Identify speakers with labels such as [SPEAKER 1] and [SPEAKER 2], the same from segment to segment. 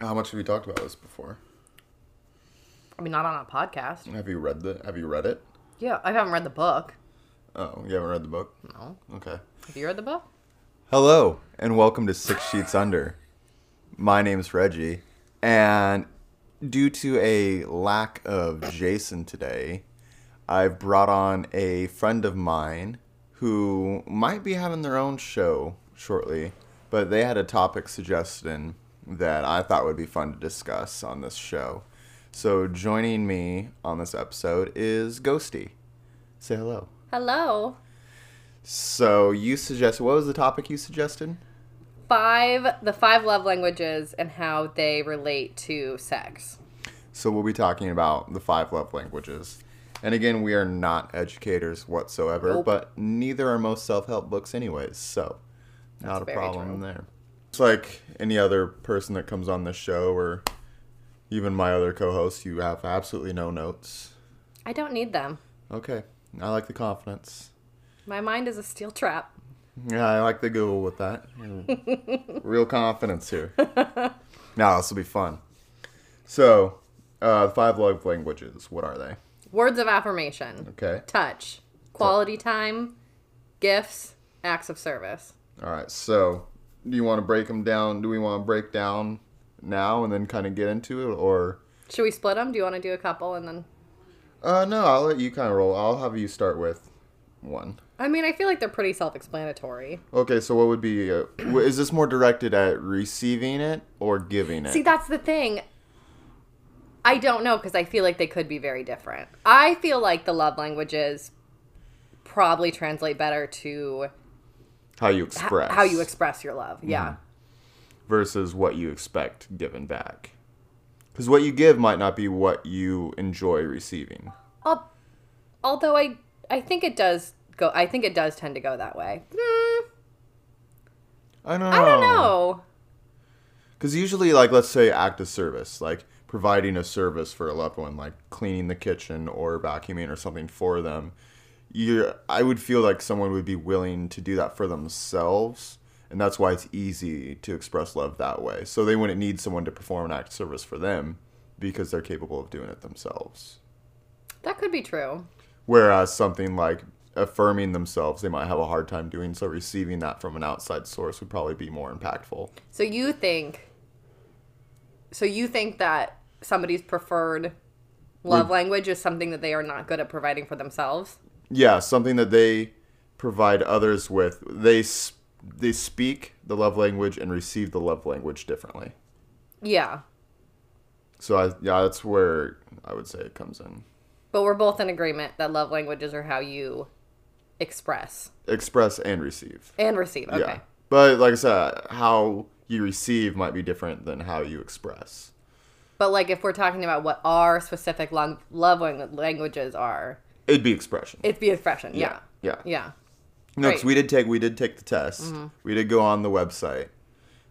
[SPEAKER 1] How much have you talked about this before?
[SPEAKER 2] I mean, not on a podcast.
[SPEAKER 1] Have you read the? Have you read it?
[SPEAKER 2] Yeah, I haven't read the book.
[SPEAKER 1] Oh, you haven't read the book.
[SPEAKER 2] No.
[SPEAKER 1] Okay.
[SPEAKER 2] Have you read the book?
[SPEAKER 1] Hello and welcome to Six Sheets Under. My name's Reggie, and due to a lack of Jason today, I've brought on a friend of mine who might be having their own show shortly, but they had a topic suggestion that I thought would be fun to discuss on this show. So joining me on this episode is Ghosty. Say hello.
[SPEAKER 2] Hello.
[SPEAKER 1] So you suggested what was the topic you suggested?
[SPEAKER 2] Five, the five love languages and how they relate to sex.
[SPEAKER 1] So we'll be talking about the five love languages. And again, we are not educators whatsoever,
[SPEAKER 2] Nope.
[SPEAKER 1] but neither are most self-help books anyways. So not a
[SPEAKER 2] very
[SPEAKER 1] problem
[SPEAKER 2] true.
[SPEAKER 1] there. It's like any other person that comes on this show or even my other co-hosts, you have absolutely no notes.
[SPEAKER 2] I don't need them.
[SPEAKER 1] Okay. I like the confidence.
[SPEAKER 2] My mind is a steel trap.
[SPEAKER 1] Yeah, I like the Google with that. Real confidence here. now this will be fun. So, uh, five love languages. What are they?
[SPEAKER 2] Words of affirmation,
[SPEAKER 1] Okay.
[SPEAKER 2] touch, quality time, gifts, acts of service.
[SPEAKER 1] All right. So, do you want to break them down? Do we want to break down now and then kind of get into it, or
[SPEAKER 2] Should we split them? Do you want to do a couple and then?
[SPEAKER 1] uh, no? I'll let you kind of roll. I'll have you start with one.
[SPEAKER 2] I mean, I feel like they're pretty self-explanatory.
[SPEAKER 1] Okay. So, what would be? Uh, wh- is this more directed at receiving it or giving it?
[SPEAKER 2] See, that's the thing. I don't know because I feel like they could be very different. I feel like the love languages probably translate better to
[SPEAKER 1] how you
[SPEAKER 2] h-
[SPEAKER 1] express?
[SPEAKER 2] how you express your love. Yeah.
[SPEAKER 1] versus what you expect given back. Because what you give might not be what you enjoy receiving.
[SPEAKER 2] Al- Although I I think it does go I think it does tend to go that way. Hmm,
[SPEAKER 1] I don't know.
[SPEAKER 2] I don't know.
[SPEAKER 1] Because usually, like, let's say act of service, like providing a service for a loved one, like cleaning the kitchen or vacuuming or something for them. You, I would feel like someone would be willing to do that for themselves, and that's why it's easy to express love that way. So they wouldn't need someone to perform an act of service for them because they're capable of doing it themselves.
[SPEAKER 2] That could be true.
[SPEAKER 1] Whereas something like affirming themselves, they might have a hard time doing so. Receiving that from an outside source would probably be more impactful.
[SPEAKER 2] So you think So you think that somebody's preferred love language is something that they are not good at providing for themselves?
[SPEAKER 1] Yeah, something that they provide others with. They s- they speak the love language and receive the love language differently.
[SPEAKER 2] Yeah.
[SPEAKER 1] So I, yeah, that's where I would say it comes in.
[SPEAKER 2] But we're both in agreement that love languages are how you express
[SPEAKER 1] Express and receive.
[SPEAKER 2] and receive. Okay.
[SPEAKER 1] Yeah. But like I said, how you receive might be different than how you express.
[SPEAKER 2] But like if we're talking about what our specific long- love lang- languages are,
[SPEAKER 1] It'd be expression.
[SPEAKER 2] it'd be expression. Yeah.
[SPEAKER 1] Yeah.
[SPEAKER 2] Yeah. Yeah.
[SPEAKER 1] No, 'cause
[SPEAKER 2] Right. Mm-hmm.
[SPEAKER 1] we did take we did take the test. We did go on the website,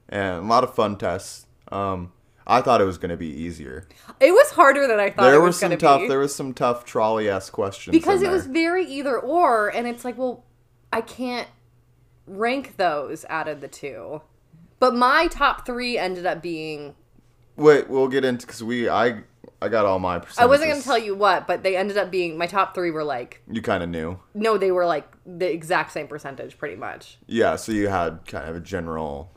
[SPEAKER 1] and a lot of fun tests. Um, I thought it was going to be easier.
[SPEAKER 2] It was harder than I thought
[SPEAKER 1] there
[SPEAKER 2] it
[SPEAKER 1] were
[SPEAKER 2] was
[SPEAKER 1] some
[SPEAKER 2] going
[SPEAKER 1] tough.
[SPEAKER 2] to be.
[SPEAKER 1] There was some tough trolley esque questions
[SPEAKER 2] Because
[SPEAKER 1] in
[SPEAKER 2] it was
[SPEAKER 1] there.
[SPEAKER 2] very either or and it's like, well, I can't rank those out of the two. But my top 3 ended up being
[SPEAKER 1] Wait, we'll get into because we I I got all my. Percentages.
[SPEAKER 2] I wasn't going to tell you what, but they ended up being my top 3 were like
[SPEAKER 1] You kind of knew,
[SPEAKER 2] no, they were like the exact same percentage pretty much.
[SPEAKER 1] yeah. So you had kind of a general.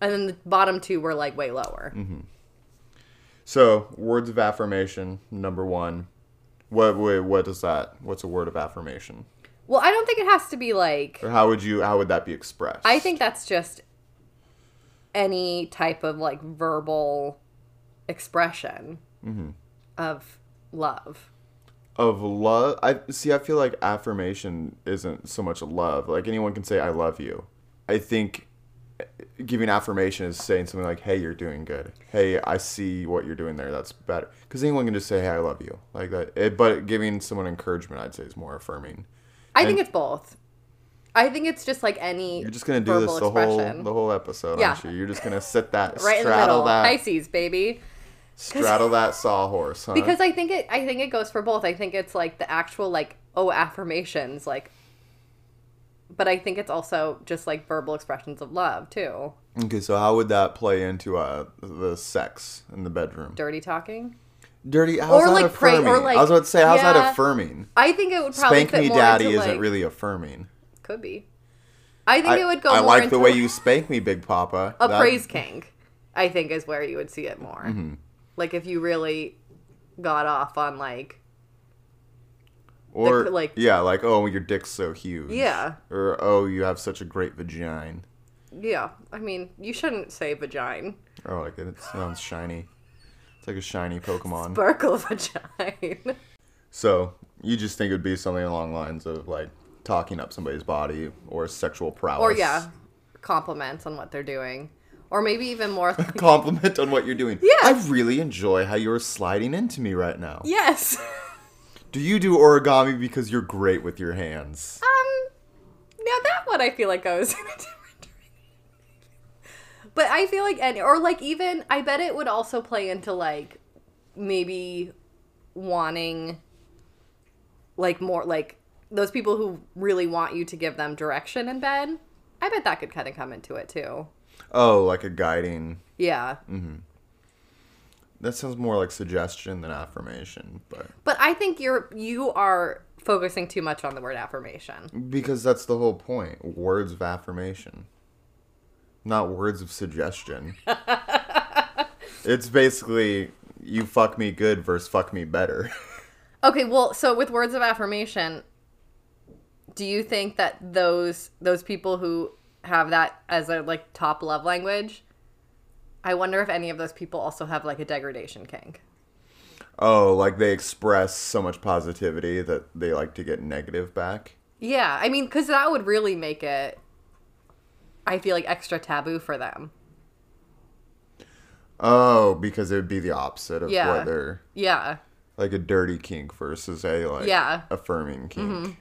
[SPEAKER 2] and then the bottom two were like way lower.
[SPEAKER 1] So words of affirmation number one. What what what does that? What's a word of affirmation?
[SPEAKER 2] Well, I don't think it has to be like.
[SPEAKER 1] Or how would you? How would that be expressed?
[SPEAKER 2] I think that's just any type of like verbal expression of love.
[SPEAKER 1] of love i see i feel like affirmation isn't so much love like anyone can say i love you i think eh, giving affirmation is saying something like hey you're doing good hey i see what you're doing there that's better because anyone can just say hey i love you like that it, but giving someone encouragement i'd say is more affirming
[SPEAKER 2] I think it's both. I think it's just like any.
[SPEAKER 1] you're just gonna do this the whole the whole episode
[SPEAKER 2] Yeah.
[SPEAKER 1] aren't you you're just gonna sit that
[SPEAKER 2] right in the
[SPEAKER 1] straddle
[SPEAKER 2] middle.
[SPEAKER 1] that Uh-huh.
[SPEAKER 2] Pisces, baby.
[SPEAKER 1] straddle that sawhorse huh?
[SPEAKER 2] because I think it I think it goes for both. I think it's like the actual like oh affirmations like but I think it's also just like verbal expressions of love too.
[SPEAKER 1] Okay, so how would that play into uh, the sex in the bedroom?
[SPEAKER 2] Dirty talking.
[SPEAKER 1] Dirty. How's
[SPEAKER 2] Or,
[SPEAKER 1] that
[SPEAKER 2] like, pray- or,
[SPEAKER 1] affirming?
[SPEAKER 2] like-
[SPEAKER 1] I was about to say, how's
[SPEAKER 2] yeah.
[SPEAKER 1] that affirming?
[SPEAKER 2] I think it would probably
[SPEAKER 1] Spank
[SPEAKER 2] fit
[SPEAKER 1] me,
[SPEAKER 2] more
[SPEAKER 1] daddy
[SPEAKER 2] into,
[SPEAKER 1] isn't
[SPEAKER 2] like-
[SPEAKER 1] really affirming.
[SPEAKER 2] could be. I think it would go.
[SPEAKER 1] I
[SPEAKER 2] more
[SPEAKER 1] like
[SPEAKER 2] into
[SPEAKER 1] the way you spank me, Big Papa.
[SPEAKER 2] a
[SPEAKER 1] That- Mm-hmm.
[SPEAKER 2] praise king. I think is where you would see it more. Like if you really got off on like
[SPEAKER 1] or
[SPEAKER 2] the- like-
[SPEAKER 1] yeah, like oh, your dick's so huge.
[SPEAKER 2] Yeah.
[SPEAKER 1] Or oh, you have such a great vagina.
[SPEAKER 2] yeah. I mean, you shouldn't say vagina.
[SPEAKER 1] Or Oh, like it sounds shiny. It's like a shiny Pokemon.
[SPEAKER 2] Sparkle vagina.
[SPEAKER 1] So you just think it would be something along the lines of like talking up somebody's body or sexual prowess.
[SPEAKER 2] or yeah, compliments on what they're doing, or maybe even more. Like,
[SPEAKER 1] Compliment on what you're doing.
[SPEAKER 2] Yeah.
[SPEAKER 1] I really enjoy how you're sliding into me right now.
[SPEAKER 2] yes.
[SPEAKER 1] Do you do origami because you're great with your hands?
[SPEAKER 2] Um, now that one I feel like goes in a different direction. But I feel like, and or like even, I bet it would also play into like maybe wanting like more like those people who really want you to give them direction in bed. I bet that could kind of come into it too.
[SPEAKER 1] Oh, like a guiding.
[SPEAKER 2] Yeah.
[SPEAKER 1] That sounds more like suggestion than affirmation, but
[SPEAKER 2] But I think you're you are focusing too much on the word affirmation.
[SPEAKER 1] because that's the whole point. Words of affirmation. Not words of suggestion. it's basically you fuck me good versus fuck me better.
[SPEAKER 2] Okay, well, so with words of affirmation, do you think that those those people who have that as their like top love language, I wonder if any of those people also have like a degradation kink.
[SPEAKER 1] Oh, like they express so much positivity that they like to get negative back.
[SPEAKER 2] Yeah, I mean, because that would really make it. I feel like extra taboo for them.
[SPEAKER 1] Oh, because it would be the opposite of
[SPEAKER 2] Yeah.
[SPEAKER 1] what they're
[SPEAKER 2] Yeah,
[SPEAKER 1] like a dirty kink versus a like
[SPEAKER 2] Yeah. Mm-hmm.
[SPEAKER 1] affirming kink.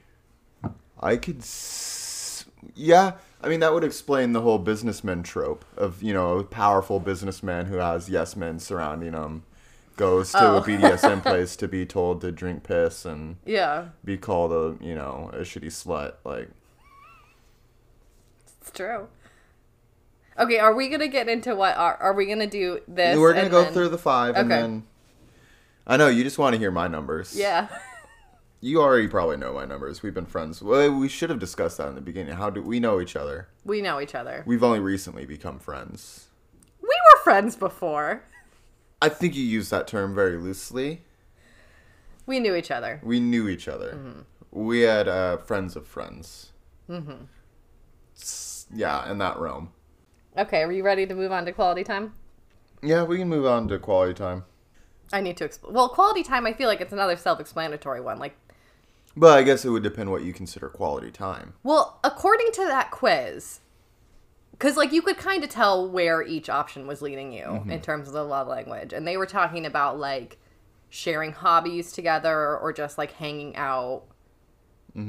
[SPEAKER 1] I could, s- yeah. I mean, that would explain the whole businessman trope of you know a powerful businessman who has yes men surrounding him, goes to
[SPEAKER 2] Oh.
[SPEAKER 1] a BDSM place to be told to drink piss and
[SPEAKER 2] yeah,
[SPEAKER 1] be called a you know a shitty slut. Like
[SPEAKER 2] it's true. Okay, are we gonna get into what are are we gonna do this?
[SPEAKER 1] we're gonna
[SPEAKER 2] and
[SPEAKER 1] go
[SPEAKER 2] then-
[SPEAKER 1] through the five and
[SPEAKER 2] Okay.
[SPEAKER 1] then. I know you just want to hear my numbers.
[SPEAKER 2] Yeah.
[SPEAKER 1] You already probably know my numbers. We've been friends. Well, we should have discussed that in the beginning. How do we know each other?
[SPEAKER 2] We know each other.
[SPEAKER 1] We've only recently become friends.
[SPEAKER 2] We were friends before.
[SPEAKER 1] I think you use that term very loosely.
[SPEAKER 2] We knew each other.
[SPEAKER 1] We knew each other.
[SPEAKER 2] Mm-hmm.
[SPEAKER 1] We had uh, friends of friends. Mm-hmm. Yeah, in that realm.
[SPEAKER 2] Okay, are you ready to move on to quality time?
[SPEAKER 1] Yeah, we can move on to quality time.
[SPEAKER 2] I need to explain. Well, quality time, I feel like it's another self explanatory one. Like,
[SPEAKER 1] But I guess it would depend what you consider quality time.
[SPEAKER 2] well, according to that quiz, because like you could kind of tell where each option was leading you in terms of the love language. And they were talking about like sharing hobbies together or just like hanging out.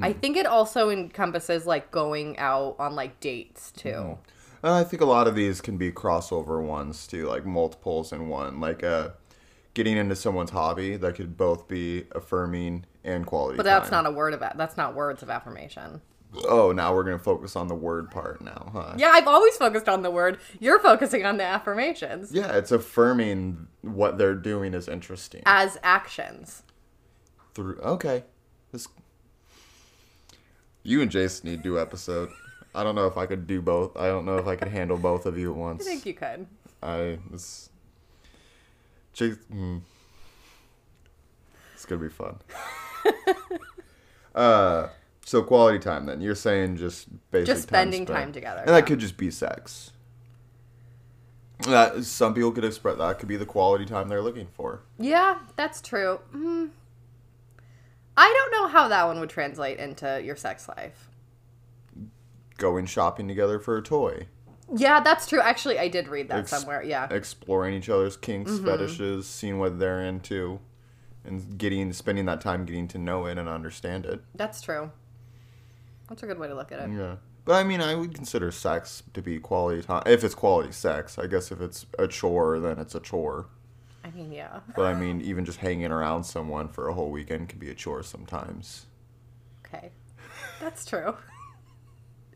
[SPEAKER 2] I think it also encompasses like going out on like dates too.
[SPEAKER 1] And I think a lot of these can be crossover ones too, like multiples in one, like uh, getting into someone's hobby that could both be affirming and quality.
[SPEAKER 2] But that's not a word of that's not words of affirmation.
[SPEAKER 1] Oh, now we're gonna focus on the word part now, huh?
[SPEAKER 2] Yeah, I've always focused on the word. You're focusing on the affirmations
[SPEAKER 1] Yeah, it's affirming what they're doing is interesting.
[SPEAKER 2] as actions.
[SPEAKER 1] Through okay, this you and Jason need to do episode. I don't know if I could do both. I don't know if I could handle both of you at once.
[SPEAKER 2] I think you could.
[SPEAKER 1] I it's Jas- hmm. It's gonna be fun. uh, so quality time then. You're saying just basic
[SPEAKER 2] Just spending
[SPEAKER 1] spent.
[SPEAKER 2] time together,
[SPEAKER 1] and that
[SPEAKER 2] yeah.
[SPEAKER 1] could just be sex. That some people could express that could be the quality time they're looking for.
[SPEAKER 2] Yeah, that's true. Mm. I don't know how that one would translate into your sex life.
[SPEAKER 1] Going shopping together for a toy,
[SPEAKER 2] Yeah, that's true. Actually, I did read that
[SPEAKER 1] Ex-
[SPEAKER 2] somewhere. Yeah.
[SPEAKER 1] exploring each other's kinks,
[SPEAKER 2] Mm-hmm.
[SPEAKER 1] fetishes, seeing what they're into, and getting spending that time getting to know it and understand it.
[SPEAKER 2] That's true. That's a good way to look at it.
[SPEAKER 1] Yeah. But I mean, I would consider sex to be quality time. If it's quality sex, I guess if it's a chore, then it's a chore.
[SPEAKER 2] I mean, yeah.
[SPEAKER 1] But I mean, even just hanging around someone for a whole weekend can be a chore sometimes.
[SPEAKER 2] Okay. That's true.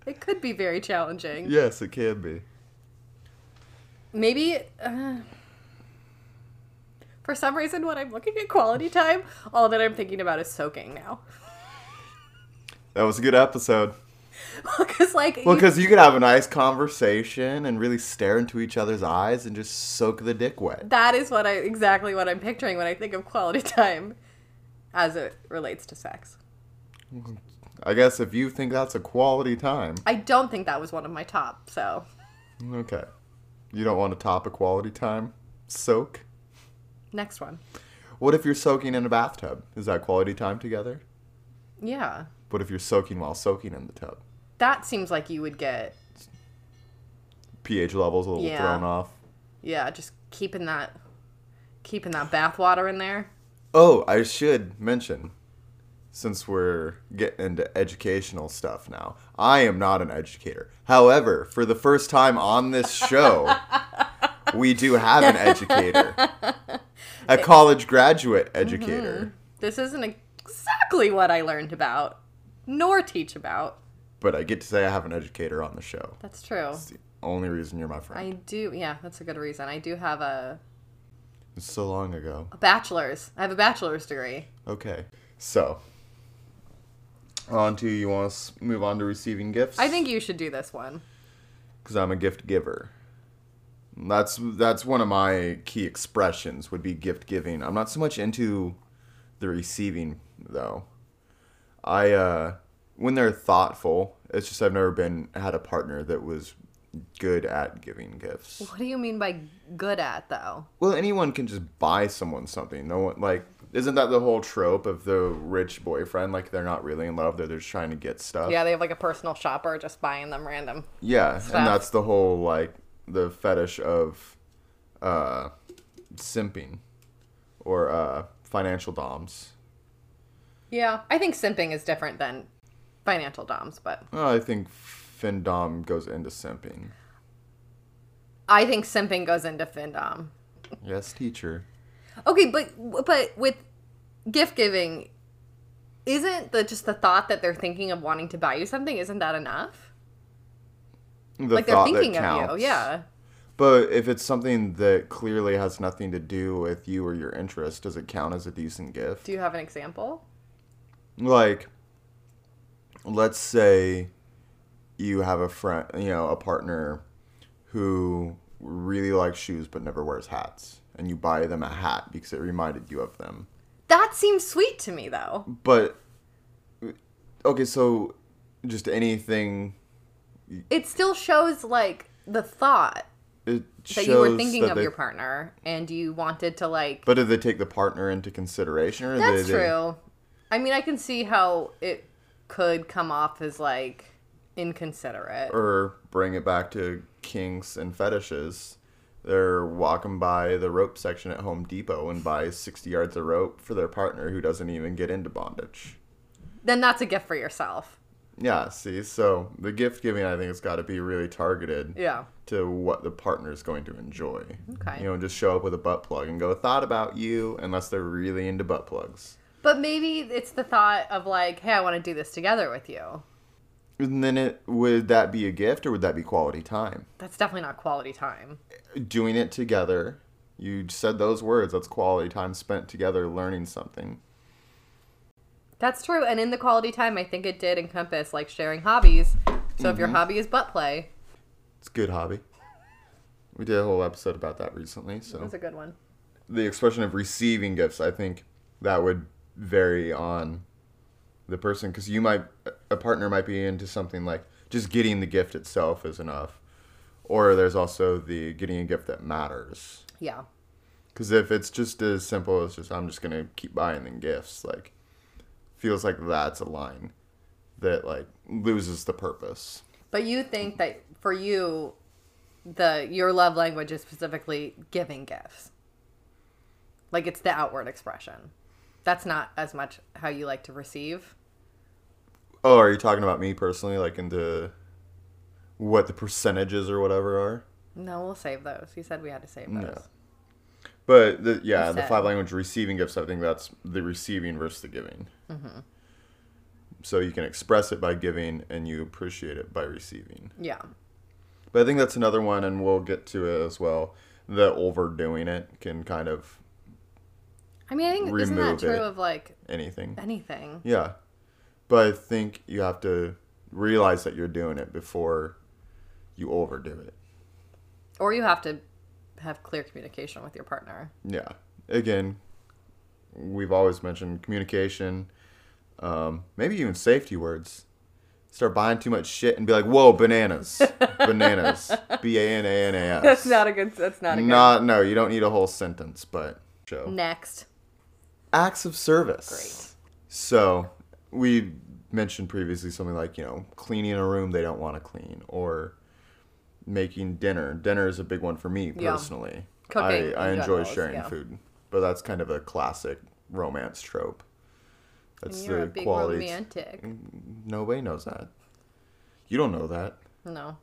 [SPEAKER 2] it could be very challenging.
[SPEAKER 1] Yes, it can be.
[SPEAKER 2] maybe uh, for some reason when I'm looking at quality time, all that I'm thinking about is soaking now.
[SPEAKER 1] That was a good episode.
[SPEAKER 2] Because like
[SPEAKER 1] Well,
[SPEAKER 2] you-
[SPEAKER 1] because you could have a nice conversation and really stare into each other's eyes and just soak the dick wet.
[SPEAKER 2] that is what I exactly what I'm picturing when I think of quality time, as it relates to sex.
[SPEAKER 1] I guess if you think that's a quality time,
[SPEAKER 2] I don't think that was one of my top. So
[SPEAKER 1] okay. You don't want to top a quality time soak?
[SPEAKER 2] next one,
[SPEAKER 1] What if you're soaking in a bathtub? Is that quality time together?
[SPEAKER 2] yeah,
[SPEAKER 1] What if you're soaking while soaking in the tub?
[SPEAKER 2] that seems like you would get
[SPEAKER 1] pH levels a little
[SPEAKER 2] Yeah.
[SPEAKER 1] thrown off.
[SPEAKER 2] yeah just keeping that keeping that bath water in there.
[SPEAKER 1] Oh, I should mention, since we're getting into educational stuff now, I am not an educator. However, for the first time on this show, we do have an educator, a college graduate
[SPEAKER 2] Mm-hmm.
[SPEAKER 1] educator.
[SPEAKER 2] This isn't exactly what I learned about, nor teach about.
[SPEAKER 1] But I get to say I have an educator on the show.
[SPEAKER 2] That's true.
[SPEAKER 1] It's the only reason you're my friend.
[SPEAKER 2] I do. Yeah, that's a good reason. I do have a,
[SPEAKER 1] It's so long ago.
[SPEAKER 2] a bachelor's. I have a bachelor's degree.
[SPEAKER 1] Okay. So, on to you want to move on to receiving gifts?
[SPEAKER 2] I think you should do this one.
[SPEAKER 1] because I'm a gift giver. That's that's one of my key expressions would be gift giving. I'm not so much into the receiving though. I uh, when they're thoughtful, it's just I've never been had a partner that was good at giving gifts.
[SPEAKER 2] What do you mean by good at though?
[SPEAKER 1] Well, anyone can just buy someone something. No one like isn't that the whole trope of the rich boyfriend? Like they're not really in love; they're just trying to get stuff.
[SPEAKER 2] Yeah, they have like a personal shopper just buying them random.
[SPEAKER 1] Yeah,
[SPEAKER 2] Stuff.
[SPEAKER 1] and that's the whole like the fetish of uh simping or uh financial doms.
[SPEAKER 2] Yeah, I think simping is different than financial doms, but
[SPEAKER 1] Well, I think fin dom goes into simping.
[SPEAKER 2] I think simping goes into findom.
[SPEAKER 1] Yes, teacher.
[SPEAKER 2] Okay, but but with gift giving, isn't the just the thought that they're thinking of wanting to buy you something? Isn't that enough?
[SPEAKER 1] The
[SPEAKER 2] like they're
[SPEAKER 1] thought that
[SPEAKER 2] thinking of
[SPEAKER 1] counts.
[SPEAKER 2] you. Yeah.
[SPEAKER 1] But if it's something that clearly has nothing to do with you or your interest, does it count as a decent gift?
[SPEAKER 2] Do you have an example?
[SPEAKER 1] like let's say you have a friend you know a partner who really likes shoes but never wears hats and you buy them a hat because it reminded you of them
[SPEAKER 2] That seems sweet to me though.
[SPEAKER 1] but okay so just anything
[SPEAKER 2] It still shows like the thought
[SPEAKER 1] it
[SPEAKER 2] that
[SPEAKER 1] shows
[SPEAKER 2] you were thinking
[SPEAKER 1] that
[SPEAKER 2] of
[SPEAKER 1] they-
[SPEAKER 2] your partner and you wanted to like
[SPEAKER 1] but did they take the partner into consideration or
[SPEAKER 2] That's
[SPEAKER 1] they, they-
[SPEAKER 2] true. I mean, I can see how it could come off as like inconsiderate.
[SPEAKER 1] or bring it back to kinks and fetishes. They're walking by the rope section at Home Depot and buy 60 yards of rope for their partner who doesn't even get into bondage.
[SPEAKER 2] then that's a gift for yourself.
[SPEAKER 1] Yeah, see, so the gift giving, I think, has got to be really targeted
[SPEAKER 2] Yeah.
[SPEAKER 1] to what the partner is going to enjoy.
[SPEAKER 2] Okay.
[SPEAKER 1] You know, just show up with a butt plug and go, thought about you, unless they're really into butt plugs.
[SPEAKER 2] But maybe it's the thought of like, hey, I want to do this together with you.
[SPEAKER 1] And then it would that be a gift or would that be quality time?
[SPEAKER 2] That's definitely not quality time.
[SPEAKER 1] doing it together. You said those words. That's quality time spent together learning something.
[SPEAKER 2] That's true. And in the quality time, I think it did encompass like sharing hobbies. So if your hobby is butt play,
[SPEAKER 1] It's a good hobby. We did a whole episode about that recently. So
[SPEAKER 2] that's a good one.
[SPEAKER 1] the expression of receiving gifts, I think that would vary on the person because you might a partner might be into something like just getting the gift itself is enough, or there's also the getting a gift that matters.
[SPEAKER 2] Yeah.
[SPEAKER 1] Because if it's just as simple as just I'm just gonna keep buying them gifts, like feels like that's a line that like loses the purpose.
[SPEAKER 2] But you think that for you, the your love language is specifically giving gifts. Like it's the outward expression. That's not as much how you like to receive.
[SPEAKER 1] Oh, are you talking about me personally, like into what the percentages or whatever are?
[SPEAKER 2] No, we'll save those. You said we had to save those.
[SPEAKER 1] No. But the, yeah, the
[SPEAKER 2] Percent.
[SPEAKER 1] five language receiving gifts. I think that's the receiving versus the giving. So you can express it by giving, and you appreciate it by receiving.
[SPEAKER 2] Yeah.
[SPEAKER 1] But I think that's another one, and we'll get to it as well. The overdoing it can kind of
[SPEAKER 2] I mean, I think isn't that
[SPEAKER 1] Remove
[SPEAKER 2] true
[SPEAKER 1] it.
[SPEAKER 2] of like
[SPEAKER 1] anything.
[SPEAKER 2] anything?
[SPEAKER 1] Yeah. But I think you have to realize that you're doing it before you overdo it.
[SPEAKER 2] Or you have to have clear communication with your partner.
[SPEAKER 1] Yeah. Again, we've always mentioned communication, um, maybe even safety words. Start buying too much shit and be like, whoa, bananas. bananas. B A N A N A S.
[SPEAKER 2] That's not a good. That's not a good.
[SPEAKER 1] Not, no, you don't need a whole sentence, but show.
[SPEAKER 2] Next.
[SPEAKER 1] acts of service. Great. So we mentioned previously something like you know cleaning a room they don't want to clean or making dinner. Dinner is a big one for me
[SPEAKER 2] Yeah.
[SPEAKER 1] personally. I,
[SPEAKER 2] Cooking
[SPEAKER 1] I
[SPEAKER 2] in
[SPEAKER 1] enjoy
[SPEAKER 2] general is-
[SPEAKER 1] sharing
[SPEAKER 2] yeah.
[SPEAKER 1] food, but that's kind of a classic romance trope. That's
[SPEAKER 2] You're a
[SPEAKER 1] the
[SPEAKER 2] big
[SPEAKER 1] quality.
[SPEAKER 2] romantic.
[SPEAKER 1] No way knows that. You don't know that.
[SPEAKER 2] No.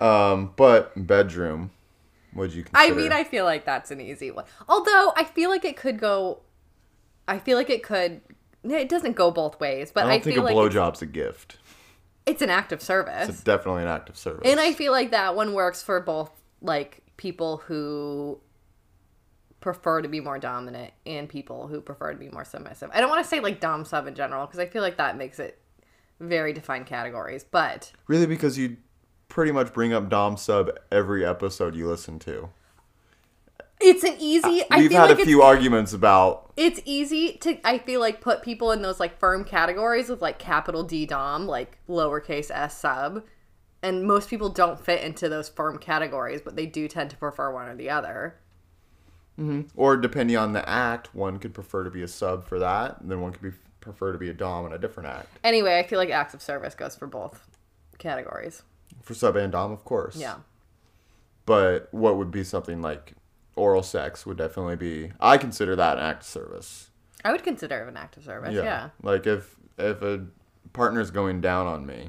[SPEAKER 1] Um, but bedroom, would you
[SPEAKER 2] I
[SPEAKER 1] consider?
[SPEAKER 2] mean, I feel like that's an easy one. Although I feel like it could go. I feel like it could. no, It doesn't go both ways, but
[SPEAKER 1] I
[SPEAKER 2] I,
[SPEAKER 1] don't think
[SPEAKER 2] feel
[SPEAKER 1] a
[SPEAKER 2] like it's,
[SPEAKER 1] blowjob's a gift.
[SPEAKER 2] it's an act of service.
[SPEAKER 1] It's definitely an act of service.
[SPEAKER 2] And I feel like that one works for both, like people who prefer to be more dominant and people who prefer to be more submissive. I don't want to say like dom sub in general because I feel like that makes it very defined categories. But
[SPEAKER 1] Really, because you pretty much bring up Dom Sub every episode you listen to.
[SPEAKER 2] it's an easy. I
[SPEAKER 1] Uh, We've
[SPEAKER 2] feel
[SPEAKER 1] had
[SPEAKER 2] like
[SPEAKER 1] a
[SPEAKER 2] it's,
[SPEAKER 1] few arguments about
[SPEAKER 2] it's easy to. I feel like put people in those like firm categories of like capital D dom, like lowercase s sub. And most people don't fit into those firm categories, but they do tend to prefer one or the other.
[SPEAKER 1] or depending on the act, one could prefer to be a sub for that, and then one could be prefer to be a dom in a different act.
[SPEAKER 2] Anyway, I feel like acts of service goes for both categories.
[SPEAKER 1] For sub and dom, of course.
[SPEAKER 2] Yeah.
[SPEAKER 1] But what would be something like oral sex would definitely be I consider that an act of service.
[SPEAKER 2] I would consider it an act of service. Yeah.
[SPEAKER 1] Like if if a partner's going down on me,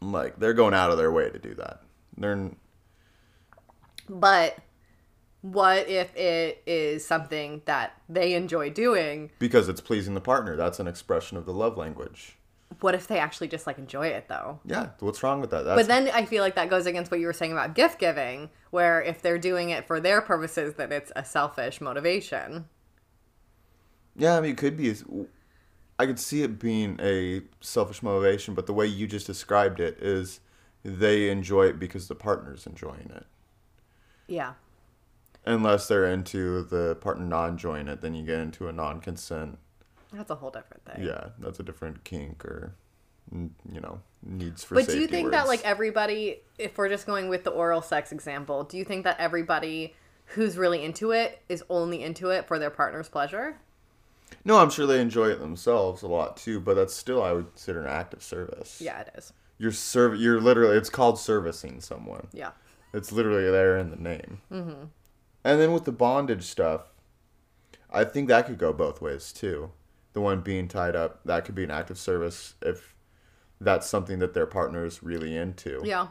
[SPEAKER 1] like they're going out of their way to do that. They're
[SPEAKER 2] But what if it is something that they enjoy doing?
[SPEAKER 1] because it's pleasing the partner. That's an expression of the love language.
[SPEAKER 2] What if they actually just like enjoy it though?
[SPEAKER 1] Yeah, what's wrong with that?
[SPEAKER 2] But
[SPEAKER 1] That's,
[SPEAKER 2] then I feel like that goes against what you were saying about gift giving, where if they're doing it for their purposes, then it's a selfish motivation.
[SPEAKER 1] yeah, I mean, it could be. I could see it being a selfish motivation, but the way you just described it is they enjoy it because the partner's enjoying it.
[SPEAKER 2] Yeah.
[SPEAKER 1] Unless they're into the partner not enjoying it, then you get into a non consent.
[SPEAKER 2] That's a whole different thing.
[SPEAKER 1] Yeah, that's a different kink or, mm, you know, needs for
[SPEAKER 2] But do you
[SPEAKER 1] safety
[SPEAKER 2] think that
[SPEAKER 1] words.
[SPEAKER 2] like everybody, if we're just going with the oral sex example, do you think that everybody who's really into it is only into it for their partner's pleasure?
[SPEAKER 1] No, I'm sure they enjoy it themselves a lot too, but that's still, I would consider an act of service.
[SPEAKER 2] Yeah, it is.
[SPEAKER 1] You're serv- You're literally. It's called servicing someone.
[SPEAKER 2] Yeah.
[SPEAKER 1] It's literally there in the name. Mm-hmm. And then with the bondage stuff, I think that could go both ways too. The one being tied up, that could be an act of service if that's something that their partner is really into.
[SPEAKER 2] Yeah.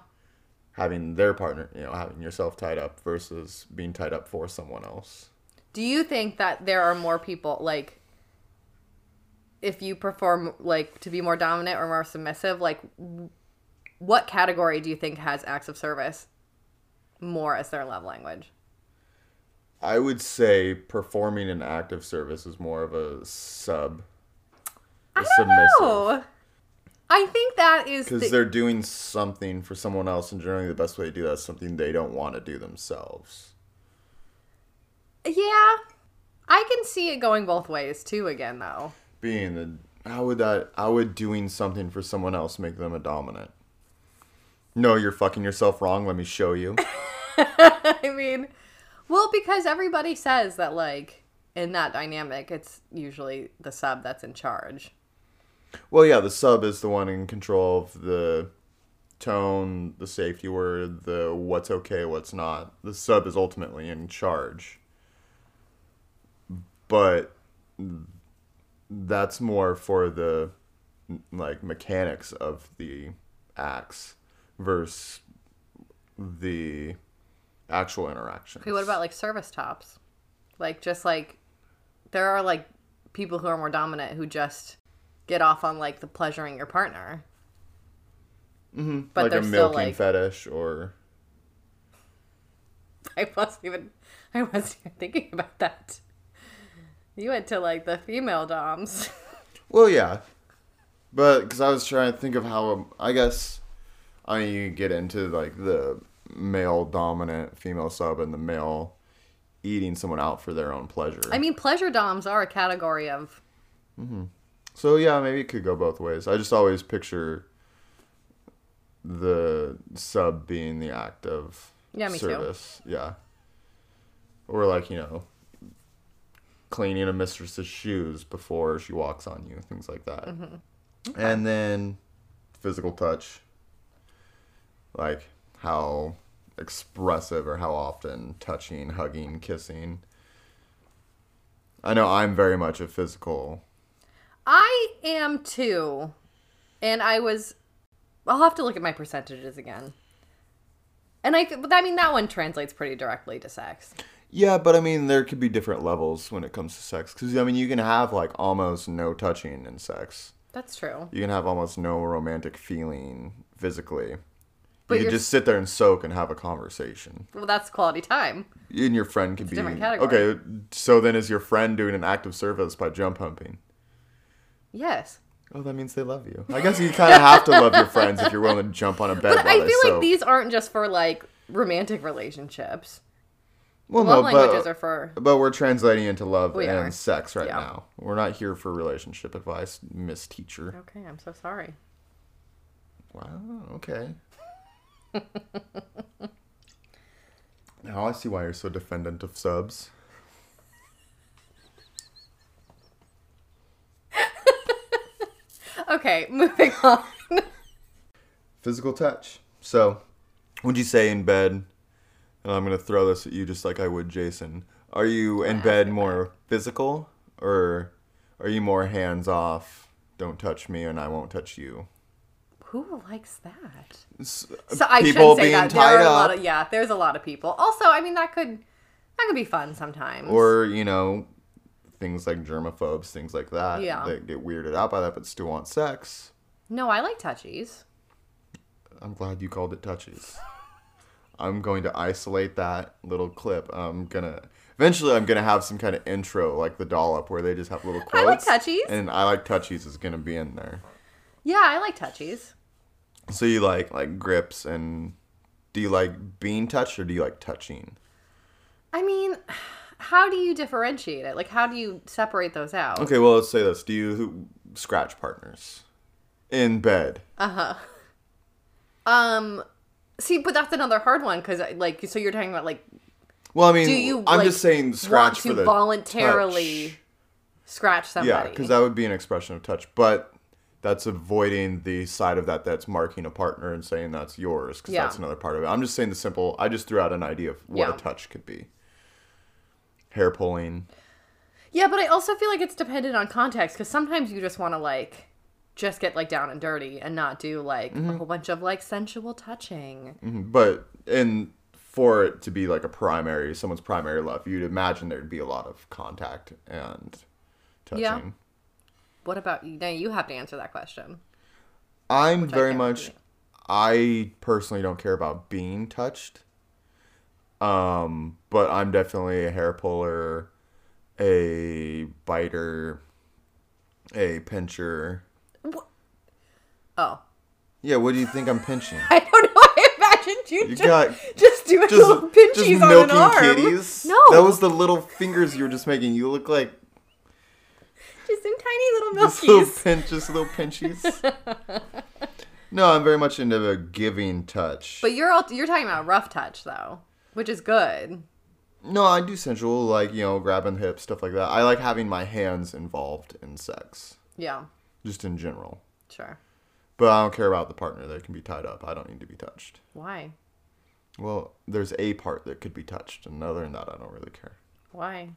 [SPEAKER 1] Having their partner, you know, having yourself tied up versus being tied up for someone else.
[SPEAKER 2] Do you think that there are more people like if you perform like to be more dominant or more submissive, like w- what category do you think has acts of service more as their love language?
[SPEAKER 1] I would say performing an act of service is more of a sub. a
[SPEAKER 2] Oh. I think that is
[SPEAKER 1] Because
[SPEAKER 2] the-
[SPEAKER 1] they're doing something for someone else, and generally the best way to do that is something they don't want to do themselves.
[SPEAKER 2] Yeah. I can see it going both ways too again though.
[SPEAKER 1] Being the how would that how would doing something for someone else make them a dominant? No, you're fucking yourself wrong. Let me show you.
[SPEAKER 2] I mean, well because everybody says that like in that dynamic it's usually the sub that's in charge.
[SPEAKER 1] well, yeah, the sub is the one in control of the tone, the safety word, the what's okay, what's not. The sub is ultimately in charge. But that's more for the like mechanics of the acts versus the actual interaction.
[SPEAKER 2] Okay, what about like service tops? Like just like there are like people who are more dominant who just get off on like the pleasuring your partner.
[SPEAKER 1] Mm-hmm.
[SPEAKER 2] But
[SPEAKER 1] like
[SPEAKER 2] they're
[SPEAKER 1] a
[SPEAKER 2] still,
[SPEAKER 1] milking
[SPEAKER 2] like-
[SPEAKER 1] fetish or
[SPEAKER 2] I wasn't even I wasn't even thinking about that. You went to like the female doms.
[SPEAKER 1] Well, yeah, but because I was trying to think of how um, I guess I mean you get into like the male dominant female sub and the male eating someone out for their own pleasure.
[SPEAKER 2] I mean, pleasure doms are a category of
[SPEAKER 1] so yeah, maybe it could go both ways. I just always picture the sub being the act of
[SPEAKER 2] Yeah, me too.
[SPEAKER 1] service. Yeah, or like you know cleaning a mistress's shoes before she walks on you, things like that.
[SPEAKER 2] Mm-hmm.
[SPEAKER 1] And then physical touch, like how expressive or how often touching, hugging, kissing. I know I'm very much a physical.
[SPEAKER 2] I am too. And I was I'll have to look at my percentages again. And I but I mean that one translates pretty directly to sex.
[SPEAKER 1] Yeah, but I mean, there could be different levels when it comes to sex. Because, I mean, you can have like almost no touching in sex,
[SPEAKER 2] That's true.
[SPEAKER 1] you can have almost no romantic feeling physically.
[SPEAKER 2] But
[SPEAKER 1] you
[SPEAKER 2] you're-
[SPEAKER 1] could just sit there and soak and have a conversation.
[SPEAKER 2] Well, that's quality time.
[SPEAKER 1] and your friend could be
[SPEAKER 2] different category.
[SPEAKER 1] okay. So then, is your friend doing an act of service by jump humping?
[SPEAKER 2] Yes.
[SPEAKER 1] Oh, that means they love you. I guess you kind of have to love your friends if you're willing to jump on a bed.
[SPEAKER 2] But
[SPEAKER 1] while
[SPEAKER 2] I
[SPEAKER 1] they
[SPEAKER 2] feel
[SPEAKER 1] soak.
[SPEAKER 2] like these aren't just for like romantic relationships.
[SPEAKER 1] well,
[SPEAKER 2] Love
[SPEAKER 1] no,
[SPEAKER 2] languages
[SPEAKER 1] but,
[SPEAKER 2] are for
[SPEAKER 1] but we're translating into love
[SPEAKER 2] We
[SPEAKER 1] and
[SPEAKER 2] are.
[SPEAKER 1] sex right
[SPEAKER 2] Yeah.
[SPEAKER 1] now. We're not here for relationship advice, Miss Teacher.
[SPEAKER 2] Okay, I'm so sorry.
[SPEAKER 1] Wow. Okay. now I see why you're so defendant of subs.
[SPEAKER 2] Okay, moving on.
[SPEAKER 1] physical touch. So, would you say in bed, and I'm going to throw this at you just like I would Jason, are you in bed more physical or are you more hands off? Don't touch me and I won't touch you.
[SPEAKER 2] Who likes that?
[SPEAKER 1] S-
[SPEAKER 2] So I
[SPEAKER 1] people
[SPEAKER 2] should say
[SPEAKER 1] being
[SPEAKER 2] that
[SPEAKER 1] tied
[SPEAKER 2] there are a
[SPEAKER 1] up.
[SPEAKER 2] lot of yeah, there's a lot of people. Also, I mean that could that could be fun sometimes.
[SPEAKER 1] Or, you know, things like germaphobes, things like that,
[SPEAKER 2] Yeah.
[SPEAKER 1] that get weirded out by that but still want sex.
[SPEAKER 2] no, I like touchies.
[SPEAKER 1] I'm glad you called it touches. I'm going to isolate that little clip. I'm gonna eventually. I'm gonna have some kind of intro like the dollop where they just have little
[SPEAKER 2] I like
[SPEAKER 1] quotes.
[SPEAKER 2] touchies.
[SPEAKER 1] and I like touchies is gonna be in there.
[SPEAKER 2] Yeah, I like touchies.
[SPEAKER 1] So you like like grips and do you like being touched or do you like touching?
[SPEAKER 2] I mean, how do you differentiate it? Like, how do you separate those out?
[SPEAKER 1] Okay, well let's say this. Do you scratch partners in bed?
[SPEAKER 2] Uh, Um, see, but that's another hard one because, like, so you're talking about like
[SPEAKER 1] Well, I mean,
[SPEAKER 2] Do you,
[SPEAKER 1] I'm
[SPEAKER 2] like,
[SPEAKER 1] just saying
[SPEAKER 2] want
[SPEAKER 1] scratch
[SPEAKER 2] to
[SPEAKER 1] for the
[SPEAKER 2] voluntarily
[SPEAKER 1] touch.
[SPEAKER 2] scratch
[SPEAKER 1] Yeah,
[SPEAKER 2] somebody.
[SPEAKER 1] because that would be an expression of touch, but that's avoiding the side of that that's marking a partner and saying that's yours, because
[SPEAKER 2] Yeah.
[SPEAKER 1] that's another part of it. I'm just saying the simple. I just threw out an idea of what
[SPEAKER 2] Yeah.
[SPEAKER 1] a touch could be. Hair pulling.
[SPEAKER 2] yeah, but I also feel like it's dependent on context because sometimes you just want to like just get like down and dirty and not do like
[SPEAKER 1] Mm-hmm.
[SPEAKER 2] a whole bunch of like sensual touching.
[SPEAKER 1] Mhm, But and for it to be like a primary, someone's primary love, you'd imagine there'd be a lot of contact and touching.
[SPEAKER 2] Yeah. What about you? Now you have to answer that question.
[SPEAKER 1] I'm
[SPEAKER 2] I
[SPEAKER 1] very
[SPEAKER 2] can't
[SPEAKER 1] much.
[SPEAKER 2] repeat.
[SPEAKER 1] I personally don't care about being touched. Um, but I'm definitely a hair puller, a biter, a pincher.
[SPEAKER 2] Oh,
[SPEAKER 1] Yeah, what do you think I'm pinching?
[SPEAKER 2] I don't know. I imagined you,
[SPEAKER 1] You
[SPEAKER 2] just
[SPEAKER 1] got
[SPEAKER 2] just doing little
[SPEAKER 1] just,
[SPEAKER 2] pinchies
[SPEAKER 1] just
[SPEAKER 2] on an
[SPEAKER 1] milking
[SPEAKER 2] arm.
[SPEAKER 1] kitties.
[SPEAKER 2] No,
[SPEAKER 1] that was the little fingers you were just making. You look like
[SPEAKER 2] just in tiny little
[SPEAKER 1] just little
[SPEAKER 2] milkies.
[SPEAKER 1] pinch, just little pinchies. no, I'm very much into the giving touch.
[SPEAKER 2] But you're all, you're talking about rough touch though, which is good.
[SPEAKER 1] No, I do sensual, like, you know, grabbing hips, stuff like that. I like having my hands involved in sex,
[SPEAKER 2] Yeah,
[SPEAKER 1] just in general.
[SPEAKER 2] sure.
[SPEAKER 1] But I don't care about the partner that can be tied up. I don't need to be touched.
[SPEAKER 2] Why?
[SPEAKER 1] Well, there's a part that could be touched, and other than that, I don't really care.
[SPEAKER 2] Why?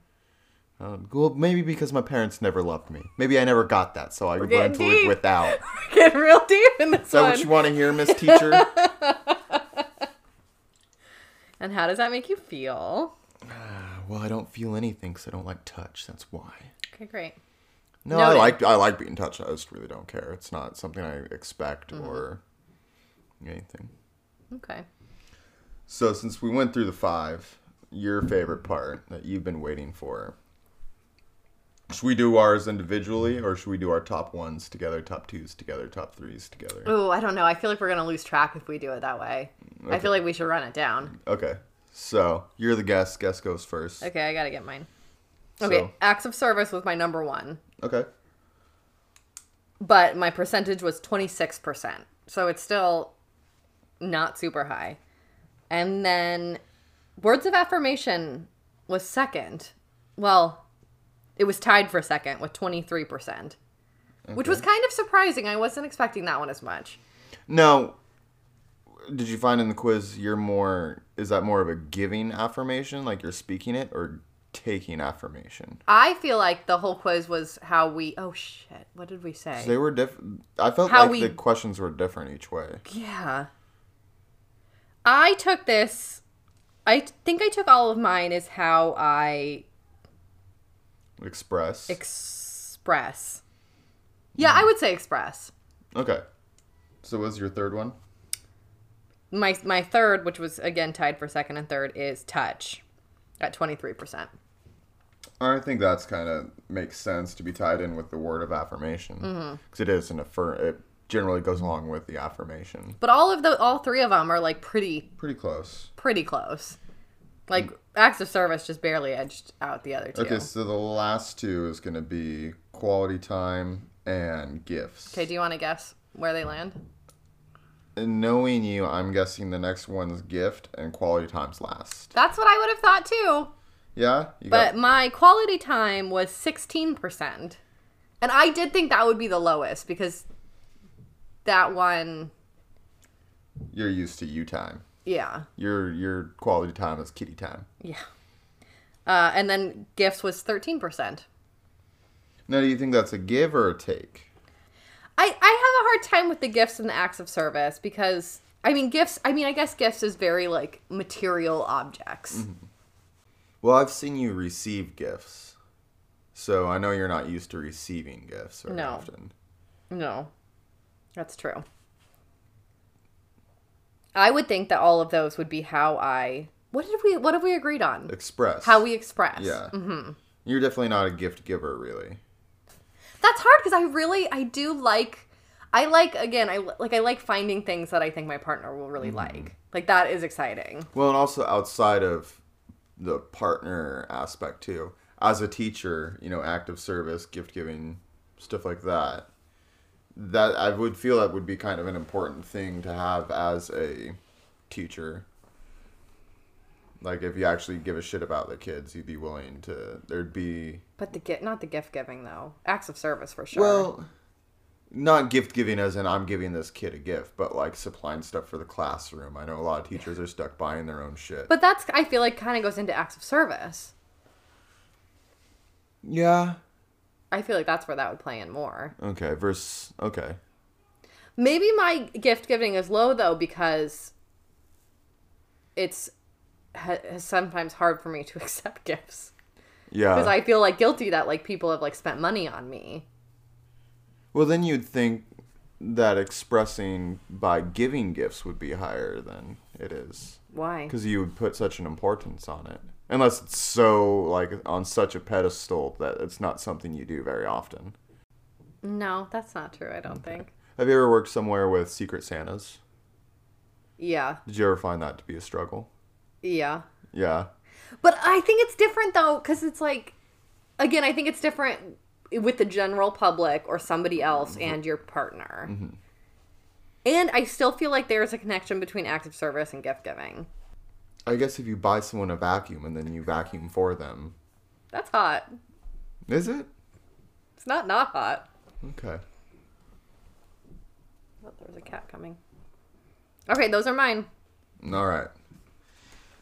[SPEAKER 1] I don't- well, maybe because my parents never loved me. Maybe I never got that, so I learned
[SPEAKER 2] getting
[SPEAKER 1] to live
[SPEAKER 2] deep.
[SPEAKER 1] without. Is
[SPEAKER 2] Get real deep in this
[SPEAKER 1] that
[SPEAKER 2] one.
[SPEAKER 1] what you want to hear, Miss Teacher? I
[SPEAKER 2] and how does that make you feel?
[SPEAKER 1] Ah, well, I don't feel anything because I don't like touch. That's why.
[SPEAKER 2] Okay, great.
[SPEAKER 1] No, I
[SPEAKER 2] Noted.
[SPEAKER 1] like I like being touched. I just really don't care. It's not something I expect
[SPEAKER 2] Mm-hmm.
[SPEAKER 1] or anything.
[SPEAKER 2] Okay.
[SPEAKER 1] So since we went through the five, your favorite part that you've been waiting for. Should we do ours individually or should we do our top ones together, top twos together, top threes together?
[SPEAKER 2] Ooh, I don't know. I feel like we're gonna lose track if we do it that way. I feel like we should run it down.
[SPEAKER 1] Okay. So you're the guest. Guest goes first.
[SPEAKER 2] Okay, I gotta get mine. Okay,
[SPEAKER 1] So-
[SPEAKER 2] acts of service was my number one,
[SPEAKER 1] Okay.
[SPEAKER 2] but my percentage was twenty six percent, so it's still not super high. And then words of affirmation was second. Well, it was tied for second with twenty three percent, which was kind of surprising. I wasn't expecting that one as much.
[SPEAKER 1] Now, did you find in the quiz you're more is that more of a giving affirmation, like you're speaking it, or taking affirmation?
[SPEAKER 2] I feel like the whole quiz was how we. Oh shit! What did we say?
[SPEAKER 1] They were different. I felt
[SPEAKER 2] How
[SPEAKER 1] like
[SPEAKER 2] we-
[SPEAKER 1] the questions were different each way.
[SPEAKER 2] Yeah. I took this. I t- think I took all of mine as how I
[SPEAKER 1] Express.
[SPEAKER 2] express. Yeah, I would say express.
[SPEAKER 1] okay. So was your third one?
[SPEAKER 2] My my third, which was again tied for second and third, is touch, at twenty three percent.
[SPEAKER 1] I think that's kind of makes sense to be tied in with the word of affirmation because is an affirm. It generally goes along with the affirmation.
[SPEAKER 2] But all of the all three of them are like pretty
[SPEAKER 1] Pretty close.
[SPEAKER 2] pretty close. Like acts of service just barely edged out the other two.
[SPEAKER 1] Okay, so the last two is going to be quality time and gifts.
[SPEAKER 2] okay do you want to guess where they land?
[SPEAKER 1] And knowing you, I'm guessing the next one's gift and quality time's last.
[SPEAKER 2] That's what I would have thought too.
[SPEAKER 1] Yeah, you
[SPEAKER 2] But
[SPEAKER 1] got
[SPEAKER 2] my quality time was 16%. And I did think that would be the lowest because that one,
[SPEAKER 1] you're used to you time.
[SPEAKER 2] yeah.
[SPEAKER 1] Your your quality time is kitty time.
[SPEAKER 2] Yeah. Uh, and then gifts was 13%.
[SPEAKER 1] Now, do you think that's a give or a take?
[SPEAKER 2] I, I have a hard time with the gifts and the acts of service because, I mean, gifts, I mean, I guess gifts is very like material objects.
[SPEAKER 1] Well, I've seen you receive gifts, so I know you're not used to receiving gifts very
[SPEAKER 2] No.
[SPEAKER 1] often.
[SPEAKER 2] No, that's true. I would think that all of those would be how I. What did we? What have we agreed on?
[SPEAKER 1] Express
[SPEAKER 2] how we Mm-hmm. express.
[SPEAKER 1] yeah. You're definitely not a gift giver, really.
[SPEAKER 2] That's hard because I really I do like I like again I like I like finding things that I think my partner will really like. Like that is exciting.
[SPEAKER 1] Well, and also outside of the partner aspect too. As a teacher, you know, active service, gift giving, stuff like that. That I would feel that would be kind of an important thing to have as a teacher. Like if you actually give a shit about the kids, you'd be willing to there'd be
[SPEAKER 2] But the gift not the gift giving though. Acts of service for sure.
[SPEAKER 1] Well, not gift giving as in I'm giving this kid a gift, but like supplying stuff for the classroom. I know a lot of teachers are stuck buying their own shit.
[SPEAKER 2] but that's I feel like kind of goes into acts of service.
[SPEAKER 1] yeah.
[SPEAKER 2] I feel like that's where that would play in more.
[SPEAKER 1] Okay. Verse. Okay.
[SPEAKER 2] Maybe my gift giving is low though because it's ha- sometimes hard for me to accept gifts
[SPEAKER 1] Yeah.
[SPEAKER 2] because I feel like guilty that like people have like spent money on me.
[SPEAKER 1] well, then you'd think that expressing by giving gifts would be higher than it is,
[SPEAKER 2] Why?
[SPEAKER 1] because you would put such an importance on it. Unless it's so like on such a pedestal that it's not something you do very often.
[SPEAKER 2] No, that's not true. I don't think.
[SPEAKER 1] Have you ever worked somewhere with secret Santas?
[SPEAKER 2] Yeah,
[SPEAKER 1] Did you ever find that to be a struggle?
[SPEAKER 2] yeah.
[SPEAKER 1] Yeah.
[SPEAKER 2] But I think it's different though, because it's like, again, I think it's different with the general public or somebody else
[SPEAKER 1] Mm-hmm.
[SPEAKER 2] and your partner. And I still feel like there's a connection between acts of service and gift giving.
[SPEAKER 1] I guess if you buy someone a vacuum and then you vacuum for them,
[SPEAKER 2] That's hot.
[SPEAKER 1] is it?
[SPEAKER 2] It's not not hot.
[SPEAKER 1] Okay.
[SPEAKER 2] Oh, there was a cat coming. Okay, those are mine.
[SPEAKER 1] All right.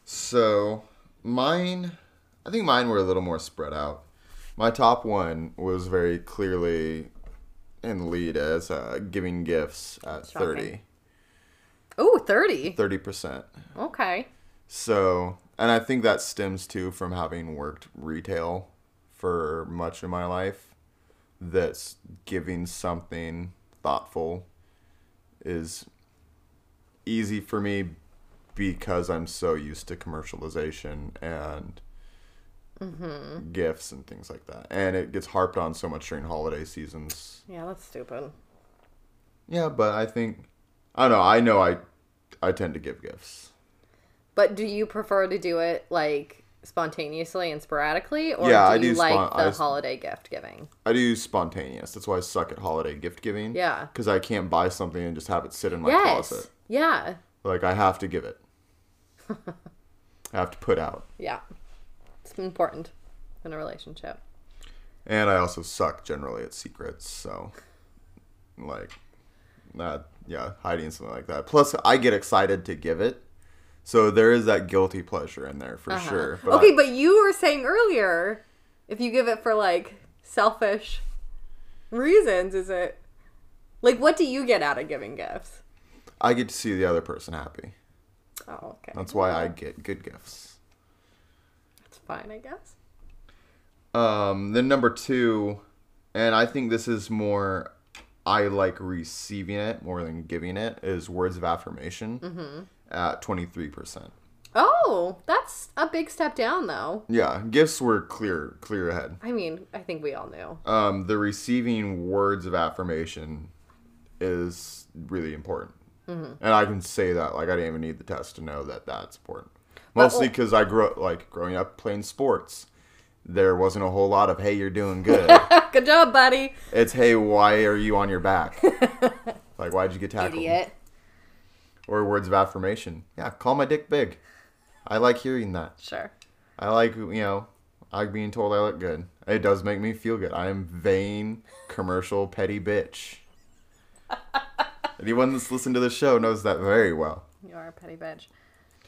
[SPEAKER 1] So mine, I think mine were a little more spread out. My top one was very clearly in lead as uh, giving gifts at
[SPEAKER 2] Shocking. Ooh, 30.
[SPEAKER 1] 30 percent.
[SPEAKER 2] Okay.
[SPEAKER 1] So, and I think that stems too from having worked retail for much of my life. that's giving something thoughtful is easy for me because I'm so used to commercialization and gifts and things like that. And it gets harped on so much during holiday seasons.
[SPEAKER 2] Yeah, that's stupid.
[SPEAKER 1] Yeah, but I think I don't know. I know I I tend to give gifts.
[SPEAKER 2] But do you prefer to do it like spontaneously and sporadically, or
[SPEAKER 1] Yeah,
[SPEAKER 2] do
[SPEAKER 1] I
[SPEAKER 2] you
[SPEAKER 1] do
[SPEAKER 2] like
[SPEAKER 1] spon-
[SPEAKER 2] the
[SPEAKER 1] I s-
[SPEAKER 2] holiday gift giving?
[SPEAKER 1] I do spontaneous. That's why I suck at holiday gift giving.
[SPEAKER 2] Yeah.
[SPEAKER 1] Because I can't buy something and just have it sit in my
[SPEAKER 2] yes.
[SPEAKER 1] closet.
[SPEAKER 2] Yeah.
[SPEAKER 1] Like I have to give it. I have to put out.
[SPEAKER 2] Yeah. It's important in a relationship.
[SPEAKER 1] And I also suck generally at secrets, so like that yeah, hiding something like that. Plus I get excited to give it. So there is that guilty pleasure in there for sure. But
[SPEAKER 2] Uh-huh. okay,
[SPEAKER 1] I-
[SPEAKER 2] but you were saying earlier, if you give it for like selfish reasons, is it like what do you get out of giving gifts?
[SPEAKER 1] I get to see the other person happy.
[SPEAKER 2] Oh, okay.
[SPEAKER 1] That's why I get good gifts.
[SPEAKER 2] That's fine, I guess.
[SPEAKER 1] Um, then number two, and I think this is more, I like receiving it more than giving it, is words of affirmation at 23%.
[SPEAKER 2] Oh, that's a big step down though.
[SPEAKER 1] Yeah, gifts were clear, clear ahead.
[SPEAKER 2] I mean, I think we all knew.
[SPEAKER 1] Um, the receiving words of affirmation is really important. And I can say that, like, I didn't even need the test to know that that's important. Mostly because I grew up, like, growing up playing sports, there wasn't a whole lot of, hey, you're doing good.
[SPEAKER 2] Good job, buddy.
[SPEAKER 1] It's hey, why are you on your back? like, why'd you get tackled?
[SPEAKER 2] Idiot.
[SPEAKER 1] Or words of affirmation. Yeah, call my dick big. I like hearing that.
[SPEAKER 2] Sure.
[SPEAKER 1] I like you know, I like being told I look good. It does make me feel good. I am vain, commercial, petty bitch. Anyone that's listened to the show knows that very well.
[SPEAKER 2] You are a petty bitch.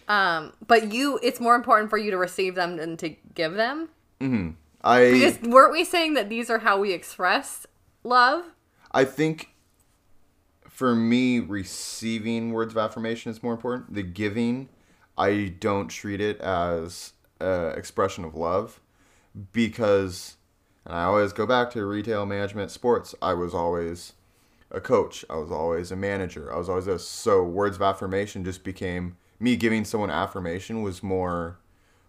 [SPEAKER 2] Um, but you, it's more important for you to receive them than to give them.
[SPEAKER 1] I
[SPEAKER 2] Because weren't we saying that these are how we express love?
[SPEAKER 1] I think for me, receiving words of affirmation is more important. The giving, I don't treat it as an expression of love because, and I always go back to retail management sports, I was always a coach, I was always a manager, I was always this. So, words of affirmation just became me giving someone affirmation was more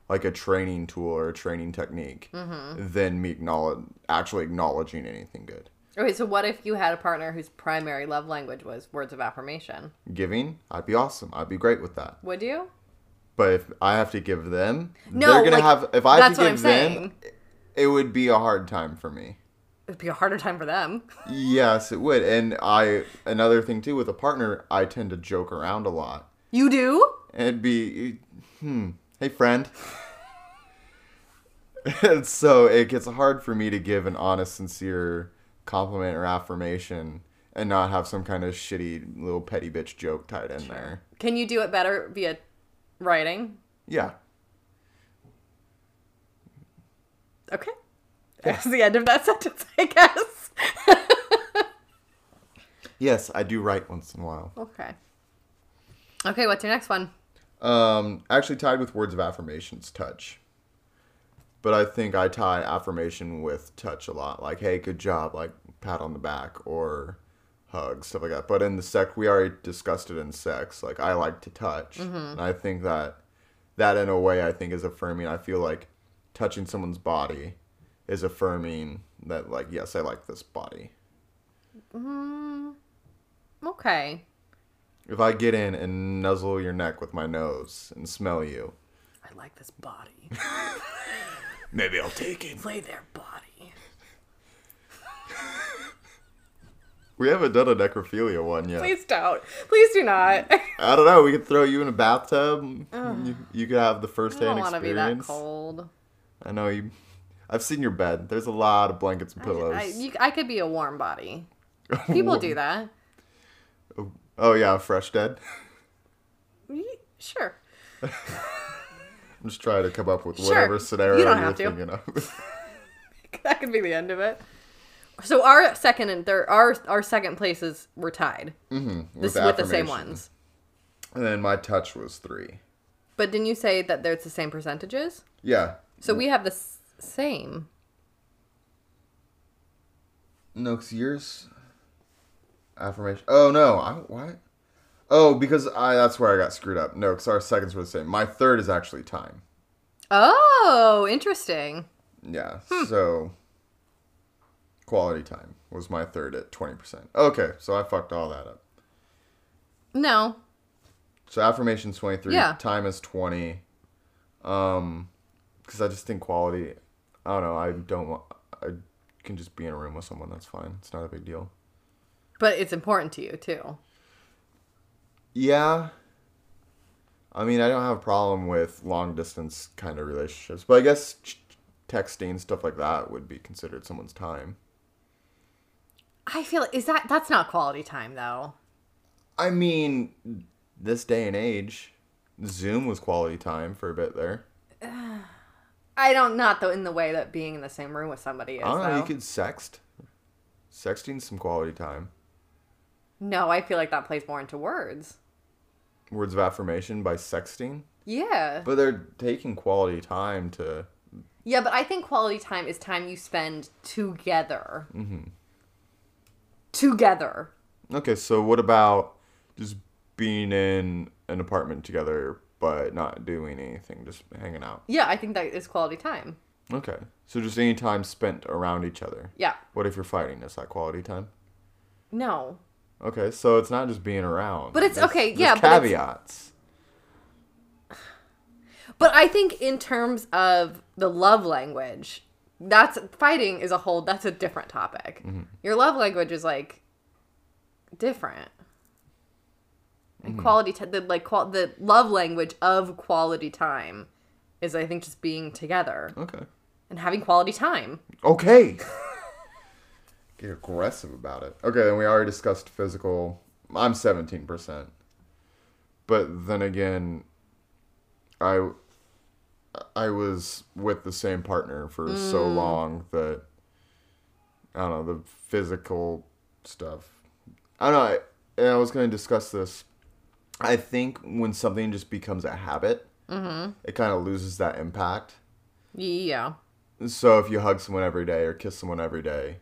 [SPEAKER 1] like a training tool or a training technique than me acknowledge, actually acknowledging anything good.
[SPEAKER 2] Okay, so what if you had a partner whose primary love language was words of affirmation?
[SPEAKER 1] giving, I'd be awesome. I'd be great with that.
[SPEAKER 2] Would you?
[SPEAKER 1] But if I have to give them,
[SPEAKER 2] No,
[SPEAKER 1] they're gonna
[SPEAKER 2] like,
[SPEAKER 1] have. If I have
[SPEAKER 2] that's
[SPEAKER 1] to
[SPEAKER 2] what I'm
[SPEAKER 1] give them,
[SPEAKER 2] saying.
[SPEAKER 1] it would be a hard time for me.
[SPEAKER 2] It'd be a harder time for them.
[SPEAKER 1] Yes, it would. And I another thing too with a partner, I tend to joke around a lot.
[SPEAKER 2] You do?
[SPEAKER 1] It'd be, hmm, hey friend. and so it gets hard for me to give an honest, sincere compliment or affirmation and not have some kind of shitty little petty bitch joke tied in there.
[SPEAKER 2] Can you do it better via writing?
[SPEAKER 1] Yeah.
[SPEAKER 2] Okay. That's the end of that sentence, I guess.
[SPEAKER 1] Yes, I do write once in a while.
[SPEAKER 2] Okay. Okay, what's your next one?
[SPEAKER 1] Um, actually tied with words of affirmations, touch. But I think I tie affirmation with touch a lot, like "Hey, good job," like pat on the back or hug, stuff like that. But in the sex, we already discussed it in sex. Like I like to touch, and I think that that in a way I think is affirming. I feel like touching someone's body is affirming that, like, yes, I like this body.
[SPEAKER 2] Okay.
[SPEAKER 1] If I get in and nuzzle your neck with my nose and smell you,
[SPEAKER 2] I like this body.
[SPEAKER 1] maybe I'll take it.
[SPEAKER 2] Play their body.
[SPEAKER 1] We haven't done a necrophilia one yet.
[SPEAKER 2] Please don't. Please do not. I
[SPEAKER 1] I don't know. We could throw you in a bathtub. You, you could have the first-hand
[SPEAKER 2] don't want to be that
[SPEAKER 1] experience.
[SPEAKER 2] cold.
[SPEAKER 1] I know you. I've seen your bed. There's a lot of blankets and pillows.
[SPEAKER 2] I, you, I could be a warm body. People do that.
[SPEAKER 1] Oh yeah, fresh dead.
[SPEAKER 2] Ye- Sure.
[SPEAKER 1] I'm just trying to come up with
[SPEAKER 2] Sure.
[SPEAKER 1] whatever
[SPEAKER 2] You
[SPEAKER 1] scenario
[SPEAKER 2] don't
[SPEAKER 1] are
[SPEAKER 2] have to.
[SPEAKER 1] thinking of.
[SPEAKER 2] That could be the end of it. So our second and third, our our second places were tied this, with, the same
[SPEAKER 1] affirmation.
[SPEAKER 2] ones.
[SPEAKER 1] And then my touch was three.
[SPEAKER 2] But didn't you say that there's the same percentages?
[SPEAKER 1] Yeah.
[SPEAKER 2] So we have the s- same.
[SPEAKER 1] No, because yours affirmation. Oh no, I what? Oh, because I that's where I got screwed up. No, because our seconds were the same. My third is actually time.
[SPEAKER 2] Oh, interesting.
[SPEAKER 1] Yeah. So quality time was my third at twenty percent. Okay, so I fucked all that up.
[SPEAKER 2] No.
[SPEAKER 1] So affirmation's twenty three.
[SPEAKER 2] Yeah.
[SPEAKER 1] Time is twenty. Um, because I just think quality. I don't know. I don't. wa- I can just be in a room with someone. That's fine. It's not a big deal.
[SPEAKER 2] But it's important to you too.
[SPEAKER 1] Yeah. I mean, I don't have a problem with long distance kind of relationships, but I guess ch- ch- texting stuff like that would be considered someone's time.
[SPEAKER 2] I feel is that that's not quality time though.
[SPEAKER 1] I mean, this day and age, Zoom was quality time for a bit there.
[SPEAKER 2] I don't not though in the way that being in the same room with somebody is.
[SPEAKER 1] I don't know.
[SPEAKER 2] though.
[SPEAKER 1] Ah, You could sext. Sexting's some quality time.
[SPEAKER 2] No, I feel like that plays more into words.
[SPEAKER 1] Words of affirmation by sexting,
[SPEAKER 2] Yeah.
[SPEAKER 1] but they're taking quality time to.
[SPEAKER 2] yeah, but I think quality time is time you spend together. Mm-hmm. Together.
[SPEAKER 1] Okay, so what about just being in an apartment together but not doing anything, just hanging out?
[SPEAKER 2] Yeah, I think that is quality time.
[SPEAKER 1] Okay. So just any time spent around each other.
[SPEAKER 2] Yeah.
[SPEAKER 1] What if you're fighting? Is that quality time?
[SPEAKER 2] No.
[SPEAKER 1] Okay, so it's not just being around.
[SPEAKER 2] But it's-
[SPEAKER 1] There's-
[SPEAKER 2] okay,
[SPEAKER 1] there's
[SPEAKER 2] yeah, but it's-
[SPEAKER 1] Caveats.
[SPEAKER 2] But I think in terms of the love language, that's fighting is a whole that's a different topic. Your love language is like different. And quality t- the like qual- the love language of quality time is I think just being together
[SPEAKER 1] Okay.
[SPEAKER 2] and having quality time.
[SPEAKER 1] Okay. Get aggressive about it. Okay, then we already discussed physical. I'm 17%. But then again, I I was with the same partner for so long that I don't know, the physical stuff. I don't know. I, and I was going to discuss this. I think when something just becomes a habit, it kind of loses that impact.
[SPEAKER 2] Yeah.
[SPEAKER 1] So if you hug someone every day or kiss someone every day,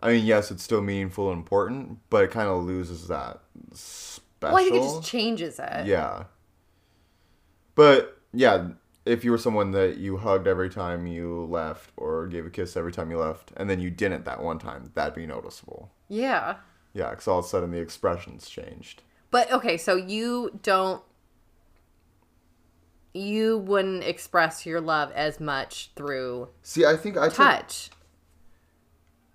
[SPEAKER 1] I mean, yes, it's still meaningful and important, but it kind of loses that special.
[SPEAKER 2] Well, I think it just changes it.
[SPEAKER 1] yeah. But yeah, if you were someone that you hugged every time you left or gave a kiss every time you left, and then you didn't that one time, that'd be noticeable.
[SPEAKER 2] Yeah.
[SPEAKER 1] Yeah, because all of a sudden the expressions changed.
[SPEAKER 2] But okay, so you don't you wouldn't express your love as much through
[SPEAKER 1] See, I think I took,
[SPEAKER 2] touch.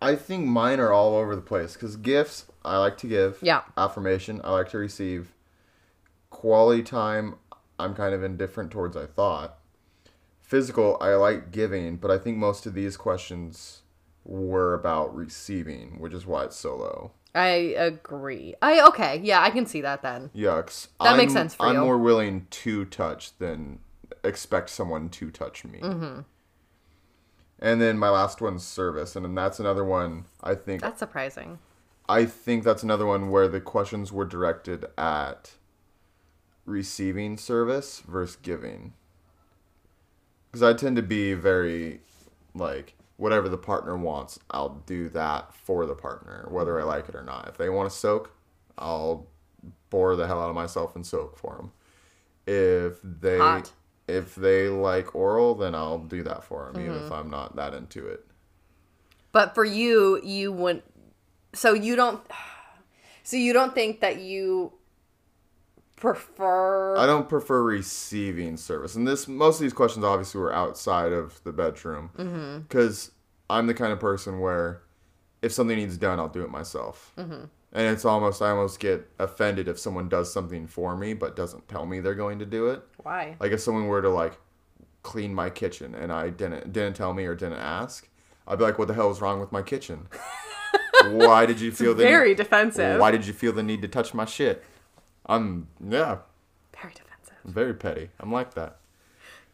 [SPEAKER 1] I think mine are all over the place because gifts I like to give.
[SPEAKER 2] Yeah.
[SPEAKER 1] Affirmation I like to receive. Quality time I'm kind of indifferent towards. I thought. Physical I like giving, but I think most of these questions were about receiving, which is why it's so low.
[SPEAKER 2] I agree. I okay, yeah, I can see that then.
[SPEAKER 1] Yucks.
[SPEAKER 2] That makes sense for
[SPEAKER 1] I'm
[SPEAKER 2] you.
[SPEAKER 1] more willing to touch than expect someone to touch me.
[SPEAKER 2] Mm-hmm.
[SPEAKER 1] And then my last one's service, and then that's another one I think
[SPEAKER 2] That's surprising.
[SPEAKER 1] I think that's another one where the questions were directed at receiving service versus giving. Because I tend to be very, like, whatever the partner wants, I'll do that for the partner, whether I like it or not. If they want to soak, I'll bore the hell out of myself and soak for them. If they
[SPEAKER 2] Hot.
[SPEAKER 1] if they like oral, then I'll do that for them, even if I'm not that into it.
[SPEAKER 2] But for you, you wouldn't so you don't so you don't think that you prefer
[SPEAKER 1] I don't prefer receiving service, and this most of these questions obviously were outside of the bedroom because I'm the kind of person where if something needs done, I'll do it myself, and it's almost I almost get offended if someone does something for me but doesn't tell me they're going to do it.
[SPEAKER 2] why?
[SPEAKER 1] Like if someone were to like clean my kitchen and I didn't didn't tell me or didn't ask, I'd be like, "What the hell is wrong with my kitchen? Why did you feel the
[SPEAKER 2] Very defensive.
[SPEAKER 1] Why did you feel the need to touch my shit?" I'm yeah.
[SPEAKER 2] Very defensive.
[SPEAKER 1] Very petty. I'm like that.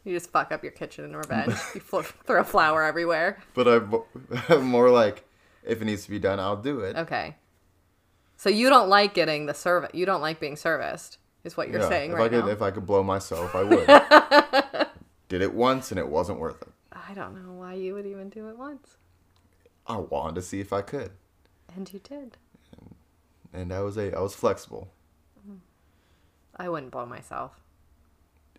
[SPEAKER 2] You just fuck up your kitchen in revenge. you fl- throw flour everywhere.
[SPEAKER 1] But I'm, I'm more like, if it needs to be done, I'll do it.
[SPEAKER 2] Okay. So you don't like getting the service. You don't like being serviced, is what you're
[SPEAKER 1] Yeah,
[SPEAKER 2] saying
[SPEAKER 1] if
[SPEAKER 2] right
[SPEAKER 1] I could,
[SPEAKER 2] now.
[SPEAKER 1] If I could blow myself, I would. Did it once and it wasn't worth it.
[SPEAKER 2] I don't know why you would even do it once.
[SPEAKER 1] I wanted to see if I could.
[SPEAKER 2] And you did.
[SPEAKER 1] and I was a I was flexible.
[SPEAKER 2] I wouldn't blow myself.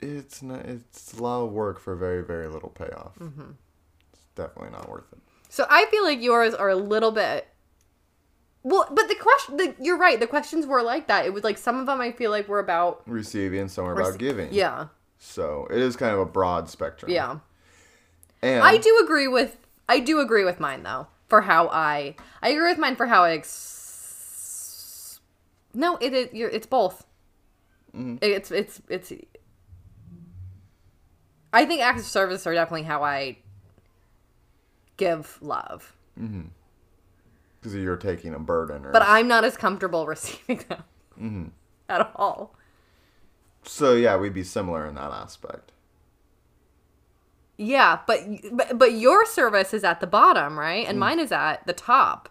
[SPEAKER 1] It's not. It's a lot of work for very very little payoff.
[SPEAKER 2] Mm-hmm.
[SPEAKER 1] It's definitely not worth it.
[SPEAKER 2] So I feel like yours are a little bit. Well, but the question, the, you're right. The questions were like that. It was like some of them I feel like were about.
[SPEAKER 1] Receiving, some are about giving.
[SPEAKER 2] Yeah,
[SPEAKER 1] So it is kind of a broad spectrum.
[SPEAKER 2] yeah.
[SPEAKER 1] And
[SPEAKER 2] I do agree with I do agree with mine though for how I I agree with mine for how I ex- no it, it you're, it's both it's it's it's I think acts of service are definitely how I give love
[SPEAKER 1] because you're taking a burden. Or,
[SPEAKER 2] but I'm not as comfortable receiving them at all
[SPEAKER 1] so yeah, we'd be similar in that aspect.
[SPEAKER 2] yeah but but, but your service is at the bottom right and mine is at the top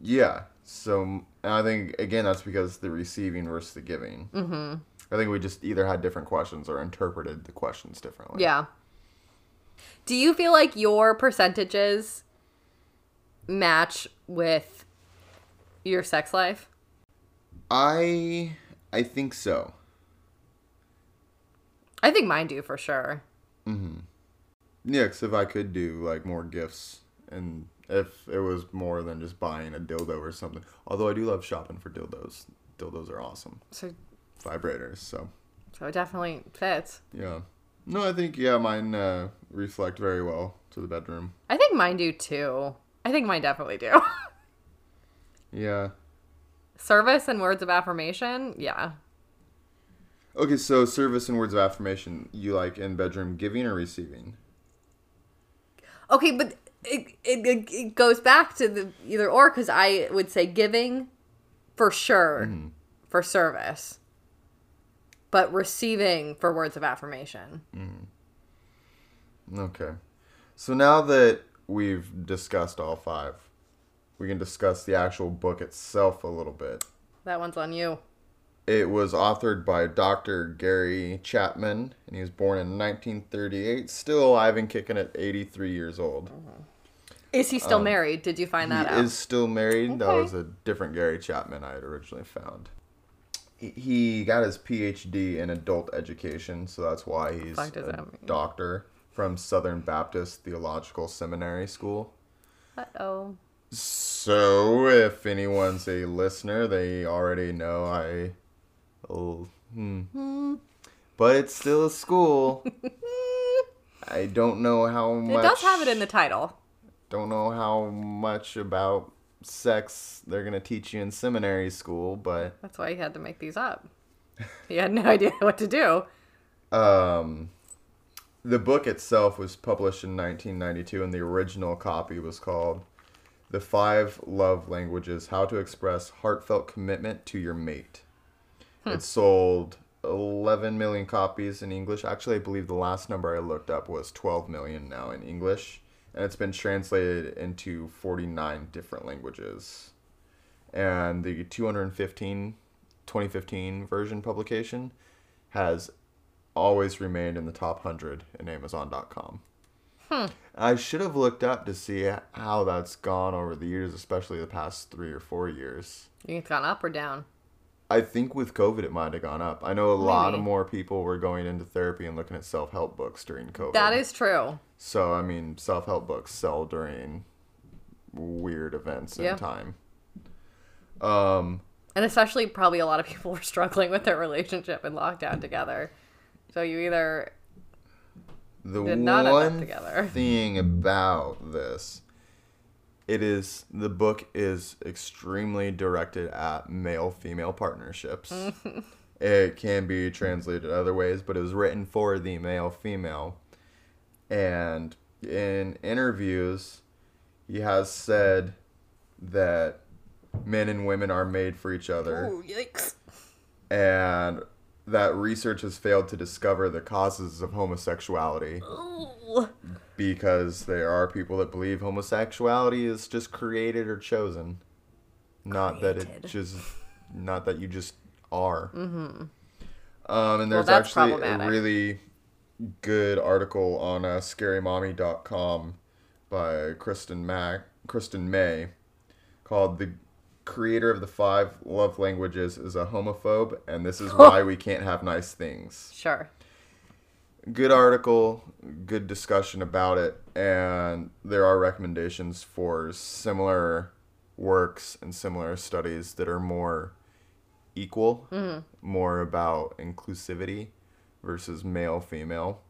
[SPEAKER 1] Yeah. So and I think again that's because the receiving versus the giving. Mm-hmm. I think we just either had different questions or interpreted the questions differently.
[SPEAKER 2] Yeah. Do you feel like your percentages match with your sex life?
[SPEAKER 1] I I think so.
[SPEAKER 2] I think mine do for sure.
[SPEAKER 1] Yeah, 'cause if I could do like more gifts and if it was more than just buying a dildo or something. Although I do love shopping for dildos. Dildos are awesome.
[SPEAKER 2] So
[SPEAKER 1] Vibrators, so
[SPEAKER 2] so it definitely fits.
[SPEAKER 1] yeah. No, I think yeah, mine uh, reflect very well to the bedroom.
[SPEAKER 2] I think mine do too. I think mine definitely do.
[SPEAKER 1] Yeah.
[SPEAKER 2] Service and words of affirmation? Yeah.
[SPEAKER 1] Okay, so service and words of affirmation, you like in bedroom giving or receiving?
[SPEAKER 2] Okay, but it, it, it- it goes back to the either or because I would say giving for sure for service, but receiving for words of affirmation.
[SPEAKER 1] Okay. So now that we've discussed all five, we can discuss the actual book itself a little bit.
[SPEAKER 2] That one's on you.
[SPEAKER 1] It was authored by Dr. Gary Chapman, and he was born in 1938, still alive and kicking at 83 years old.
[SPEAKER 2] Is he still married? Did you find that
[SPEAKER 1] Um, he
[SPEAKER 2] out?
[SPEAKER 1] is still married. That
[SPEAKER 2] Okay.
[SPEAKER 1] was a different Gary Chapman I had originally found. He- He got his PhD in adult education, so that's why he's
[SPEAKER 2] fuck does
[SPEAKER 1] a
[SPEAKER 2] that mean?
[SPEAKER 1] doctor from Southern Baptist Theological Seminary School.
[SPEAKER 2] Uh oh.
[SPEAKER 1] So, if anyone's a listener, they already know I. Oh, hmm. But it's still a school. I don't know how
[SPEAKER 2] It
[SPEAKER 1] much.
[SPEAKER 2] does have it in the title.
[SPEAKER 1] Don't know how much about sex they're gonna teach you in seminary school, but
[SPEAKER 2] That's why he had to make these up. He had no idea what to do.
[SPEAKER 1] um, the book itself was published in 1992, and the original copy was called "The Five Love Languages: How to Express Heartfelt Commitment to Your Mate." It sold 11 million copies in English. Actually, I believe the last number I looked up was 12 million now in English, and it's been translated into 49 different languages. And the 215 2015 version publication has always remained in the top 100 in Amazon.com.
[SPEAKER 2] Hmm.
[SPEAKER 1] I should have looked up to see how that's gone over the years, especially the past three or four years.
[SPEAKER 2] You think it's gone up or down?
[SPEAKER 1] I think with COVID it might have gone up. I know a lot of
[SPEAKER 2] Maybe.
[SPEAKER 1] more people were going into therapy and looking at self help books during COVID.
[SPEAKER 2] That is true.
[SPEAKER 1] so. I mean, self help books sell during weird events in
[SPEAKER 2] Yeah.
[SPEAKER 1] time.
[SPEAKER 2] And especially, probably a lot of people were struggling with their relationship in lockdown together. So you either
[SPEAKER 1] The
[SPEAKER 2] Did not end up
[SPEAKER 1] one
[SPEAKER 2] together.
[SPEAKER 1] thing about this, it is the book is extremely directed at male female partnerships. it can be translated other ways, but it was written for the male female. And in interviews, he has said that men and women are made for each other
[SPEAKER 2] Ooh, yikes.
[SPEAKER 1] and that research has failed to discover the causes of homosexuality
[SPEAKER 2] Ooh.
[SPEAKER 1] because there are people that believe homosexuality is just created or chosen not that
[SPEAKER 2] Created.
[SPEAKER 1] it just not that you just are mm-hmm. um, and there's
[SPEAKER 2] that's
[SPEAKER 1] actually a
[SPEAKER 2] problematic.
[SPEAKER 1] really good article on uh, scarymommy.com by kristen mack kristen may called "The Creator of the Five Love Languages is a Homophobe, and This is Why We Can't Have Nice Things."
[SPEAKER 2] Sure.
[SPEAKER 1] good article, good discussion about it, and there are recommendations for similar works and similar studies that are more equal, more about inclusivity versus male female.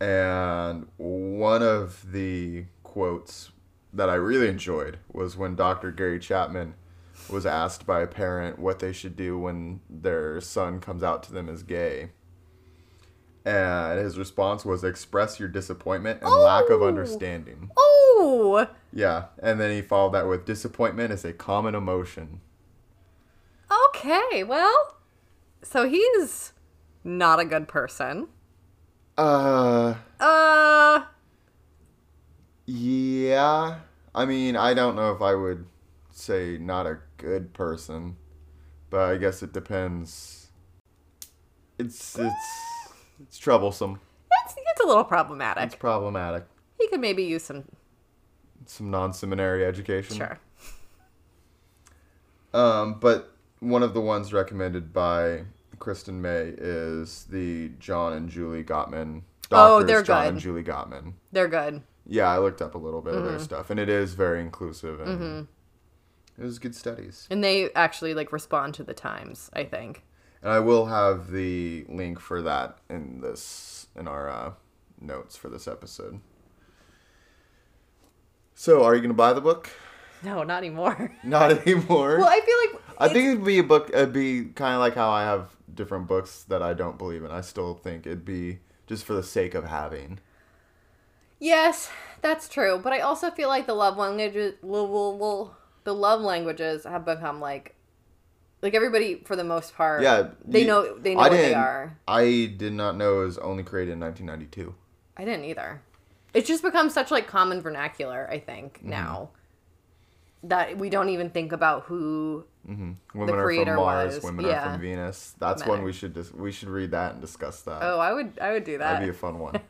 [SPEAKER 1] And one of the quotes that I really enjoyed was when Dr. Gary Chapman was asked by a parent what they should do when their son comes out to them as gay. And his response was express your disappointment and lack of
[SPEAKER 2] Oh.
[SPEAKER 1] understanding.
[SPEAKER 2] Oh,
[SPEAKER 1] Yeah. And then he followed that with disappointment is a common emotion.
[SPEAKER 2] okay. Well, so he's not a good person.
[SPEAKER 1] Uh,
[SPEAKER 2] Uh,
[SPEAKER 1] yeah. I mean, I don't know if I would say not a good person, but I guess it depends. It's it's it's troublesome.
[SPEAKER 2] it's it's a little problematic.
[SPEAKER 1] It's problematic.
[SPEAKER 2] He could maybe use some.
[SPEAKER 1] Some non-seminary education.
[SPEAKER 2] Sure.
[SPEAKER 1] Um, but one of the ones recommended by Kristen May is the John and Julie Gottman.
[SPEAKER 2] Oh,
[SPEAKER 1] Doctors
[SPEAKER 2] they're
[SPEAKER 1] John
[SPEAKER 2] good.
[SPEAKER 1] and Julie Gottman.
[SPEAKER 2] They're good.
[SPEAKER 1] Yeah, I looked up a little bit of
[SPEAKER 2] Mm-hmm.
[SPEAKER 1] their stuff, and it is very inclusive, and it was good studies.
[SPEAKER 2] And they actually like respond to the times, I think.
[SPEAKER 1] And I will have the link for that in this in our uh, notes for this episode. So, are you gonna buy the book?
[SPEAKER 2] No, not anymore.
[SPEAKER 1] Not anymore.
[SPEAKER 2] well, I feel like
[SPEAKER 1] I think it'd be a book. It'd be kind of like how I have different books that I don't believe in. I still think it'd be just for the sake of having.
[SPEAKER 2] Yes, that's true. But I also feel like the love languages, l- l- l- the love languages have become like, like everybody for the most part.
[SPEAKER 1] Yeah,
[SPEAKER 2] they
[SPEAKER 1] you-
[SPEAKER 2] know they know
[SPEAKER 1] I
[SPEAKER 2] what they
[SPEAKER 1] didn't-
[SPEAKER 2] are.
[SPEAKER 1] I did not know it was only created in 1992.
[SPEAKER 2] I didn't either. It's just become such like common vernacular. I think
[SPEAKER 1] Mm-hmm.
[SPEAKER 2] now that we don't even think about who.
[SPEAKER 1] Women are
[SPEAKER 2] creator
[SPEAKER 1] from Mars.
[SPEAKER 2] was-
[SPEAKER 1] women are
[SPEAKER 2] yeah.
[SPEAKER 1] from Venus. That's one
[SPEAKER 2] Matter.
[SPEAKER 1] we should dis- we should read that and discuss that.
[SPEAKER 2] Oh, I would I would do
[SPEAKER 1] That'd be
[SPEAKER 2] that.
[SPEAKER 1] a fun one.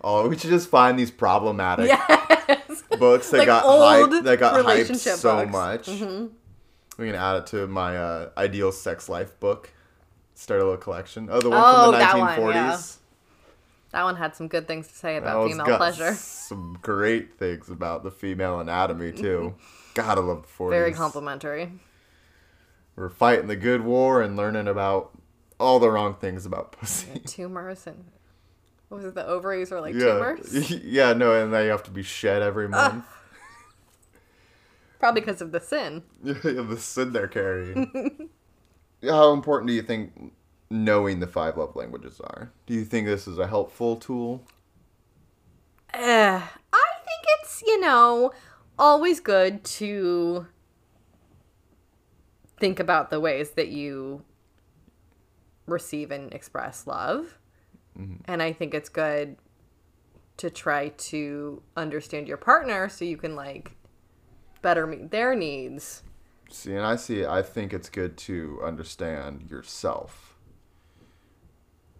[SPEAKER 1] oh, we should just find these problematic
[SPEAKER 2] yes.
[SPEAKER 1] books that
[SPEAKER 2] Like
[SPEAKER 1] got
[SPEAKER 2] old
[SPEAKER 1] hyped. That got hyped
[SPEAKER 2] relationship
[SPEAKER 1] so
[SPEAKER 2] books. Mm-hmm.
[SPEAKER 1] much. We can add it to my uh, ideal sex life book. Start a little collection. Oh, the one
[SPEAKER 2] Oh,
[SPEAKER 1] from the
[SPEAKER 2] that one,
[SPEAKER 1] 1940s.
[SPEAKER 2] that one had some good things to say
[SPEAKER 1] That
[SPEAKER 2] about
[SPEAKER 1] one's
[SPEAKER 2] female
[SPEAKER 1] Oh, got
[SPEAKER 2] pleasure.
[SPEAKER 1] Some great things about the female anatomy too. Gotta love the 40s.
[SPEAKER 2] Very complimentary.
[SPEAKER 1] We're fighting the good war and learning about all the wrong things about pussy.
[SPEAKER 2] Tumors and what was it? The ovaries were like
[SPEAKER 1] Yeah,
[SPEAKER 2] tumors.
[SPEAKER 1] yeah, no, and they have to be shed every month.
[SPEAKER 2] Probably because of the sin.
[SPEAKER 1] the sin they're carrying. How important do you think knowing the five love languages are? Do you think this is a helpful tool?
[SPEAKER 2] Uh, I think it's, you know, always good to think about the ways that you receive and express love.
[SPEAKER 1] Mm-hmm.
[SPEAKER 2] And I think it's good to try to understand your partner so you can, like, better meet their needs.
[SPEAKER 1] See, and I see. I think it's good to understand yourself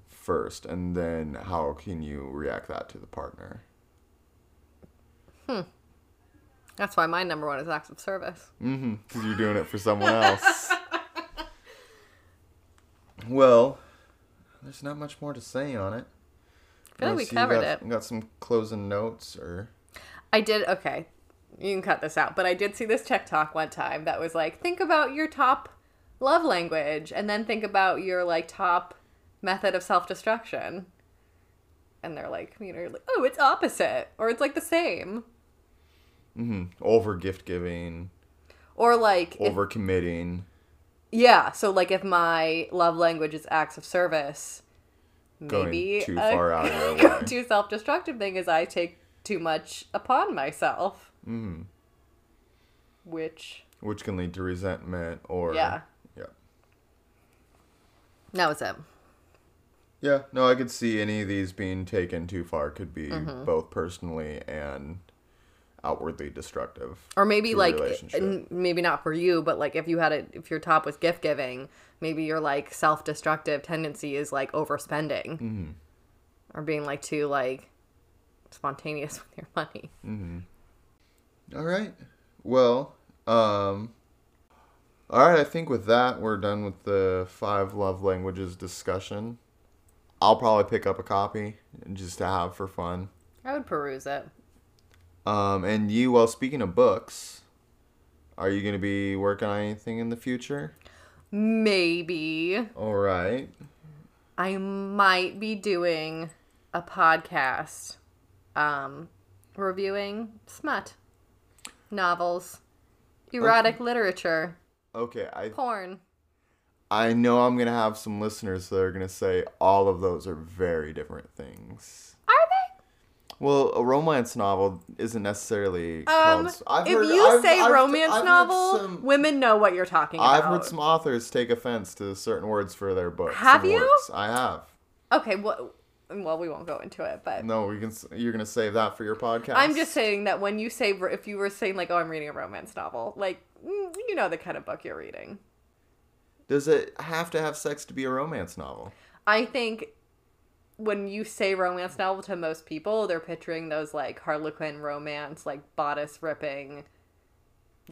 [SPEAKER 1] first, and then how can you react that to the partner?
[SPEAKER 2] That's why my number one is acts of service.
[SPEAKER 1] Because you're doing it for someone else. well, there's not much more to say on it.
[SPEAKER 2] I feel like we
[SPEAKER 1] Unless you
[SPEAKER 2] covered
[SPEAKER 1] got-
[SPEAKER 2] it.
[SPEAKER 1] Got some closing notes or.
[SPEAKER 2] I did okay. You can cut this out, but I did see this TikTok one time that was like, think about your top love language, and then think about your like top method of self destruction. And they're like, you know, like, oh, it's opposite, or it's like the same,
[SPEAKER 1] over gift giving,
[SPEAKER 2] or like, if-
[SPEAKER 1] over committing.
[SPEAKER 2] yeah. So like, if my love language is acts of service,
[SPEAKER 1] Going
[SPEAKER 2] maybe
[SPEAKER 1] too
[SPEAKER 2] a-
[SPEAKER 1] far out of your way.
[SPEAKER 2] too self destructive thing is I take too much upon myself, mm.
[SPEAKER 1] Mm-hmm.
[SPEAKER 2] which
[SPEAKER 1] which can lead to resentment or
[SPEAKER 2] Yeah.
[SPEAKER 1] yeah,
[SPEAKER 2] that was it.
[SPEAKER 1] Yeah, No, I could see any of these being taken too far could be
[SPEAKER 2] Mm-hmm.
[SPEAKER 1] both personally and outwardly destructive.
[SPEAKER 2] or maybe
[SPEAKER 1] to a
[SPEAKER 2] like
[SPEAKER 1] relationship.
[SPEAKER 2] n- maybe not for you but like if you had it if your top was gift giving maybe your like self-destructive tendency is like overspending
[SPEAKER 1] Mm-hmm.
[SPEAKER 2] or being like too like spontaneous with your money
[SPEAKER 1] All right. Well, um, all right. I think with that, we're done with the five love languages discussion. I'll probably pick up a copy just to have for fun.
[SPEAKER 2] I would peruse it.
[SPEAKER 1] Um, and you, well, speaking of books, are you going to be working on anything in the future?
[SPEAKER 2] Maybe
[SPEAKER 1] All right.
[SPEAKER 2] I might be doing a podcast um reviewing smut novels, erotic literature,
[SPEAKER 1] Okay. I
[SPEAKER 2] porn.
[SPEAKER 1] I know I'm going to have some listeners that are going to say all of those are very different things.
[SPEAKER 2] Are they?
[SPEAKER 1] Well, a romance novel isn't necessarily
[SPEAKER 2] Um,
[SPEAKER 1] called. I've
[SPEAKER 2] if
[SPEAKER 1] heard-
[SPEAKER 2] you
[SPEAKER 1] I've-
[SPEAKER 2] say
[SPEAKER 1] I've-
[SPEAKER 2] romance
[SPEAKER 1] I've heard
[SPEAKER 2] novel,
[SPEAKER 1] some-
[SPEAKER 2] women know what you're talking about.
[SPEAKER 1] I've heard some authors take offense to certain words for their books. and
[SPEAKER 2] Have you?
[SPEAKER 1] works. I have.
[SPEAKER 2] Okay, well, well, we won't go into it, but
[SPEAKER 1] No, we can. s- You're gonna save that for your podcast.
[SPEAKER 2] I'm just saying that when you say if you were saying like, oh, I'm reading a romance novel, like mm, you know the kind of book you're reading.
[SPEAKER 1] Does it have to have sex to be a romance novel?
[SPEAKER 2] I think when you say romance novel to most people, they're picturing those like Harlequin romance, like bodice ripping.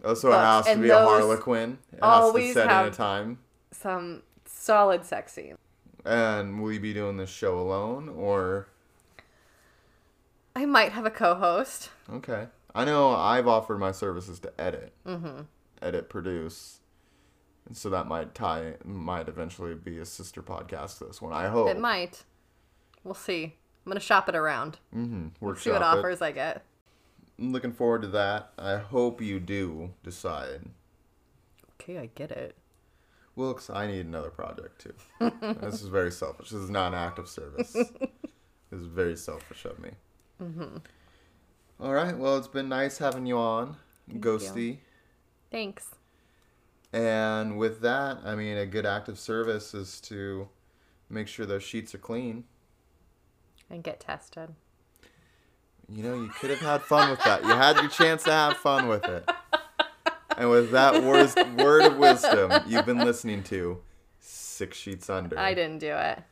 [SPEAKER 1] Oh, so it
[SPEAKER 2] Books,
[SPEAKER 1] has to
[SPEAKER 2] and
[SPEAKER 1] be a
[SPEAKER 2] those
[SPEAKER 1] Harlequin. It has to
[SPEAKER 2] always
[SPEAKER 1] be set in a
[SPEAKER 2] have-
[SPEAKER 1] time.
[SPEAKER 2] Some solid sex scene.
[SPEAKER 1] And will you be doing this show alone or?
[SPEAKER 2] I might have a co-host.
[SPEAKER 1] Okay. I know I've offered my services to edit, mm-hmm. edit, produce, and so that might tie might eventually be a sister podcast to this one. I hope
[SPEAKER 2] It might. We'll see. I'm gonna shop it around.
[SPEAKER 1] Mm-hmm. workshop.
[SPEAKER 2] See what
[SPEAKER 1] Mm, it.
[SPEAKER 2] offers I get.
[SPEAKER 1] I'm looking forward to that. I hope you do decide.
[SPEAKER 2] Okay, I get it.
[SPEAKER 1] Well, 'cause I need another project too. this is very selfish. This is not an act of service. this is very selfish of me. All right. Well, it's been nice having you on, Ghosty.
[SPEAKER 2] Thanks.
[SPEAKER 1] And with that, I mean, a good act of service is to make sure those sheets are clean.
[SPEAKER 2] And get tested.
[SPEAKER 1] You know, you could have had fun with that. You had your chance to have fun with it. And with that wor- word of wisdom, you've been listening to Six Sheets Under.
[SPEAKER 2] I didn't do it.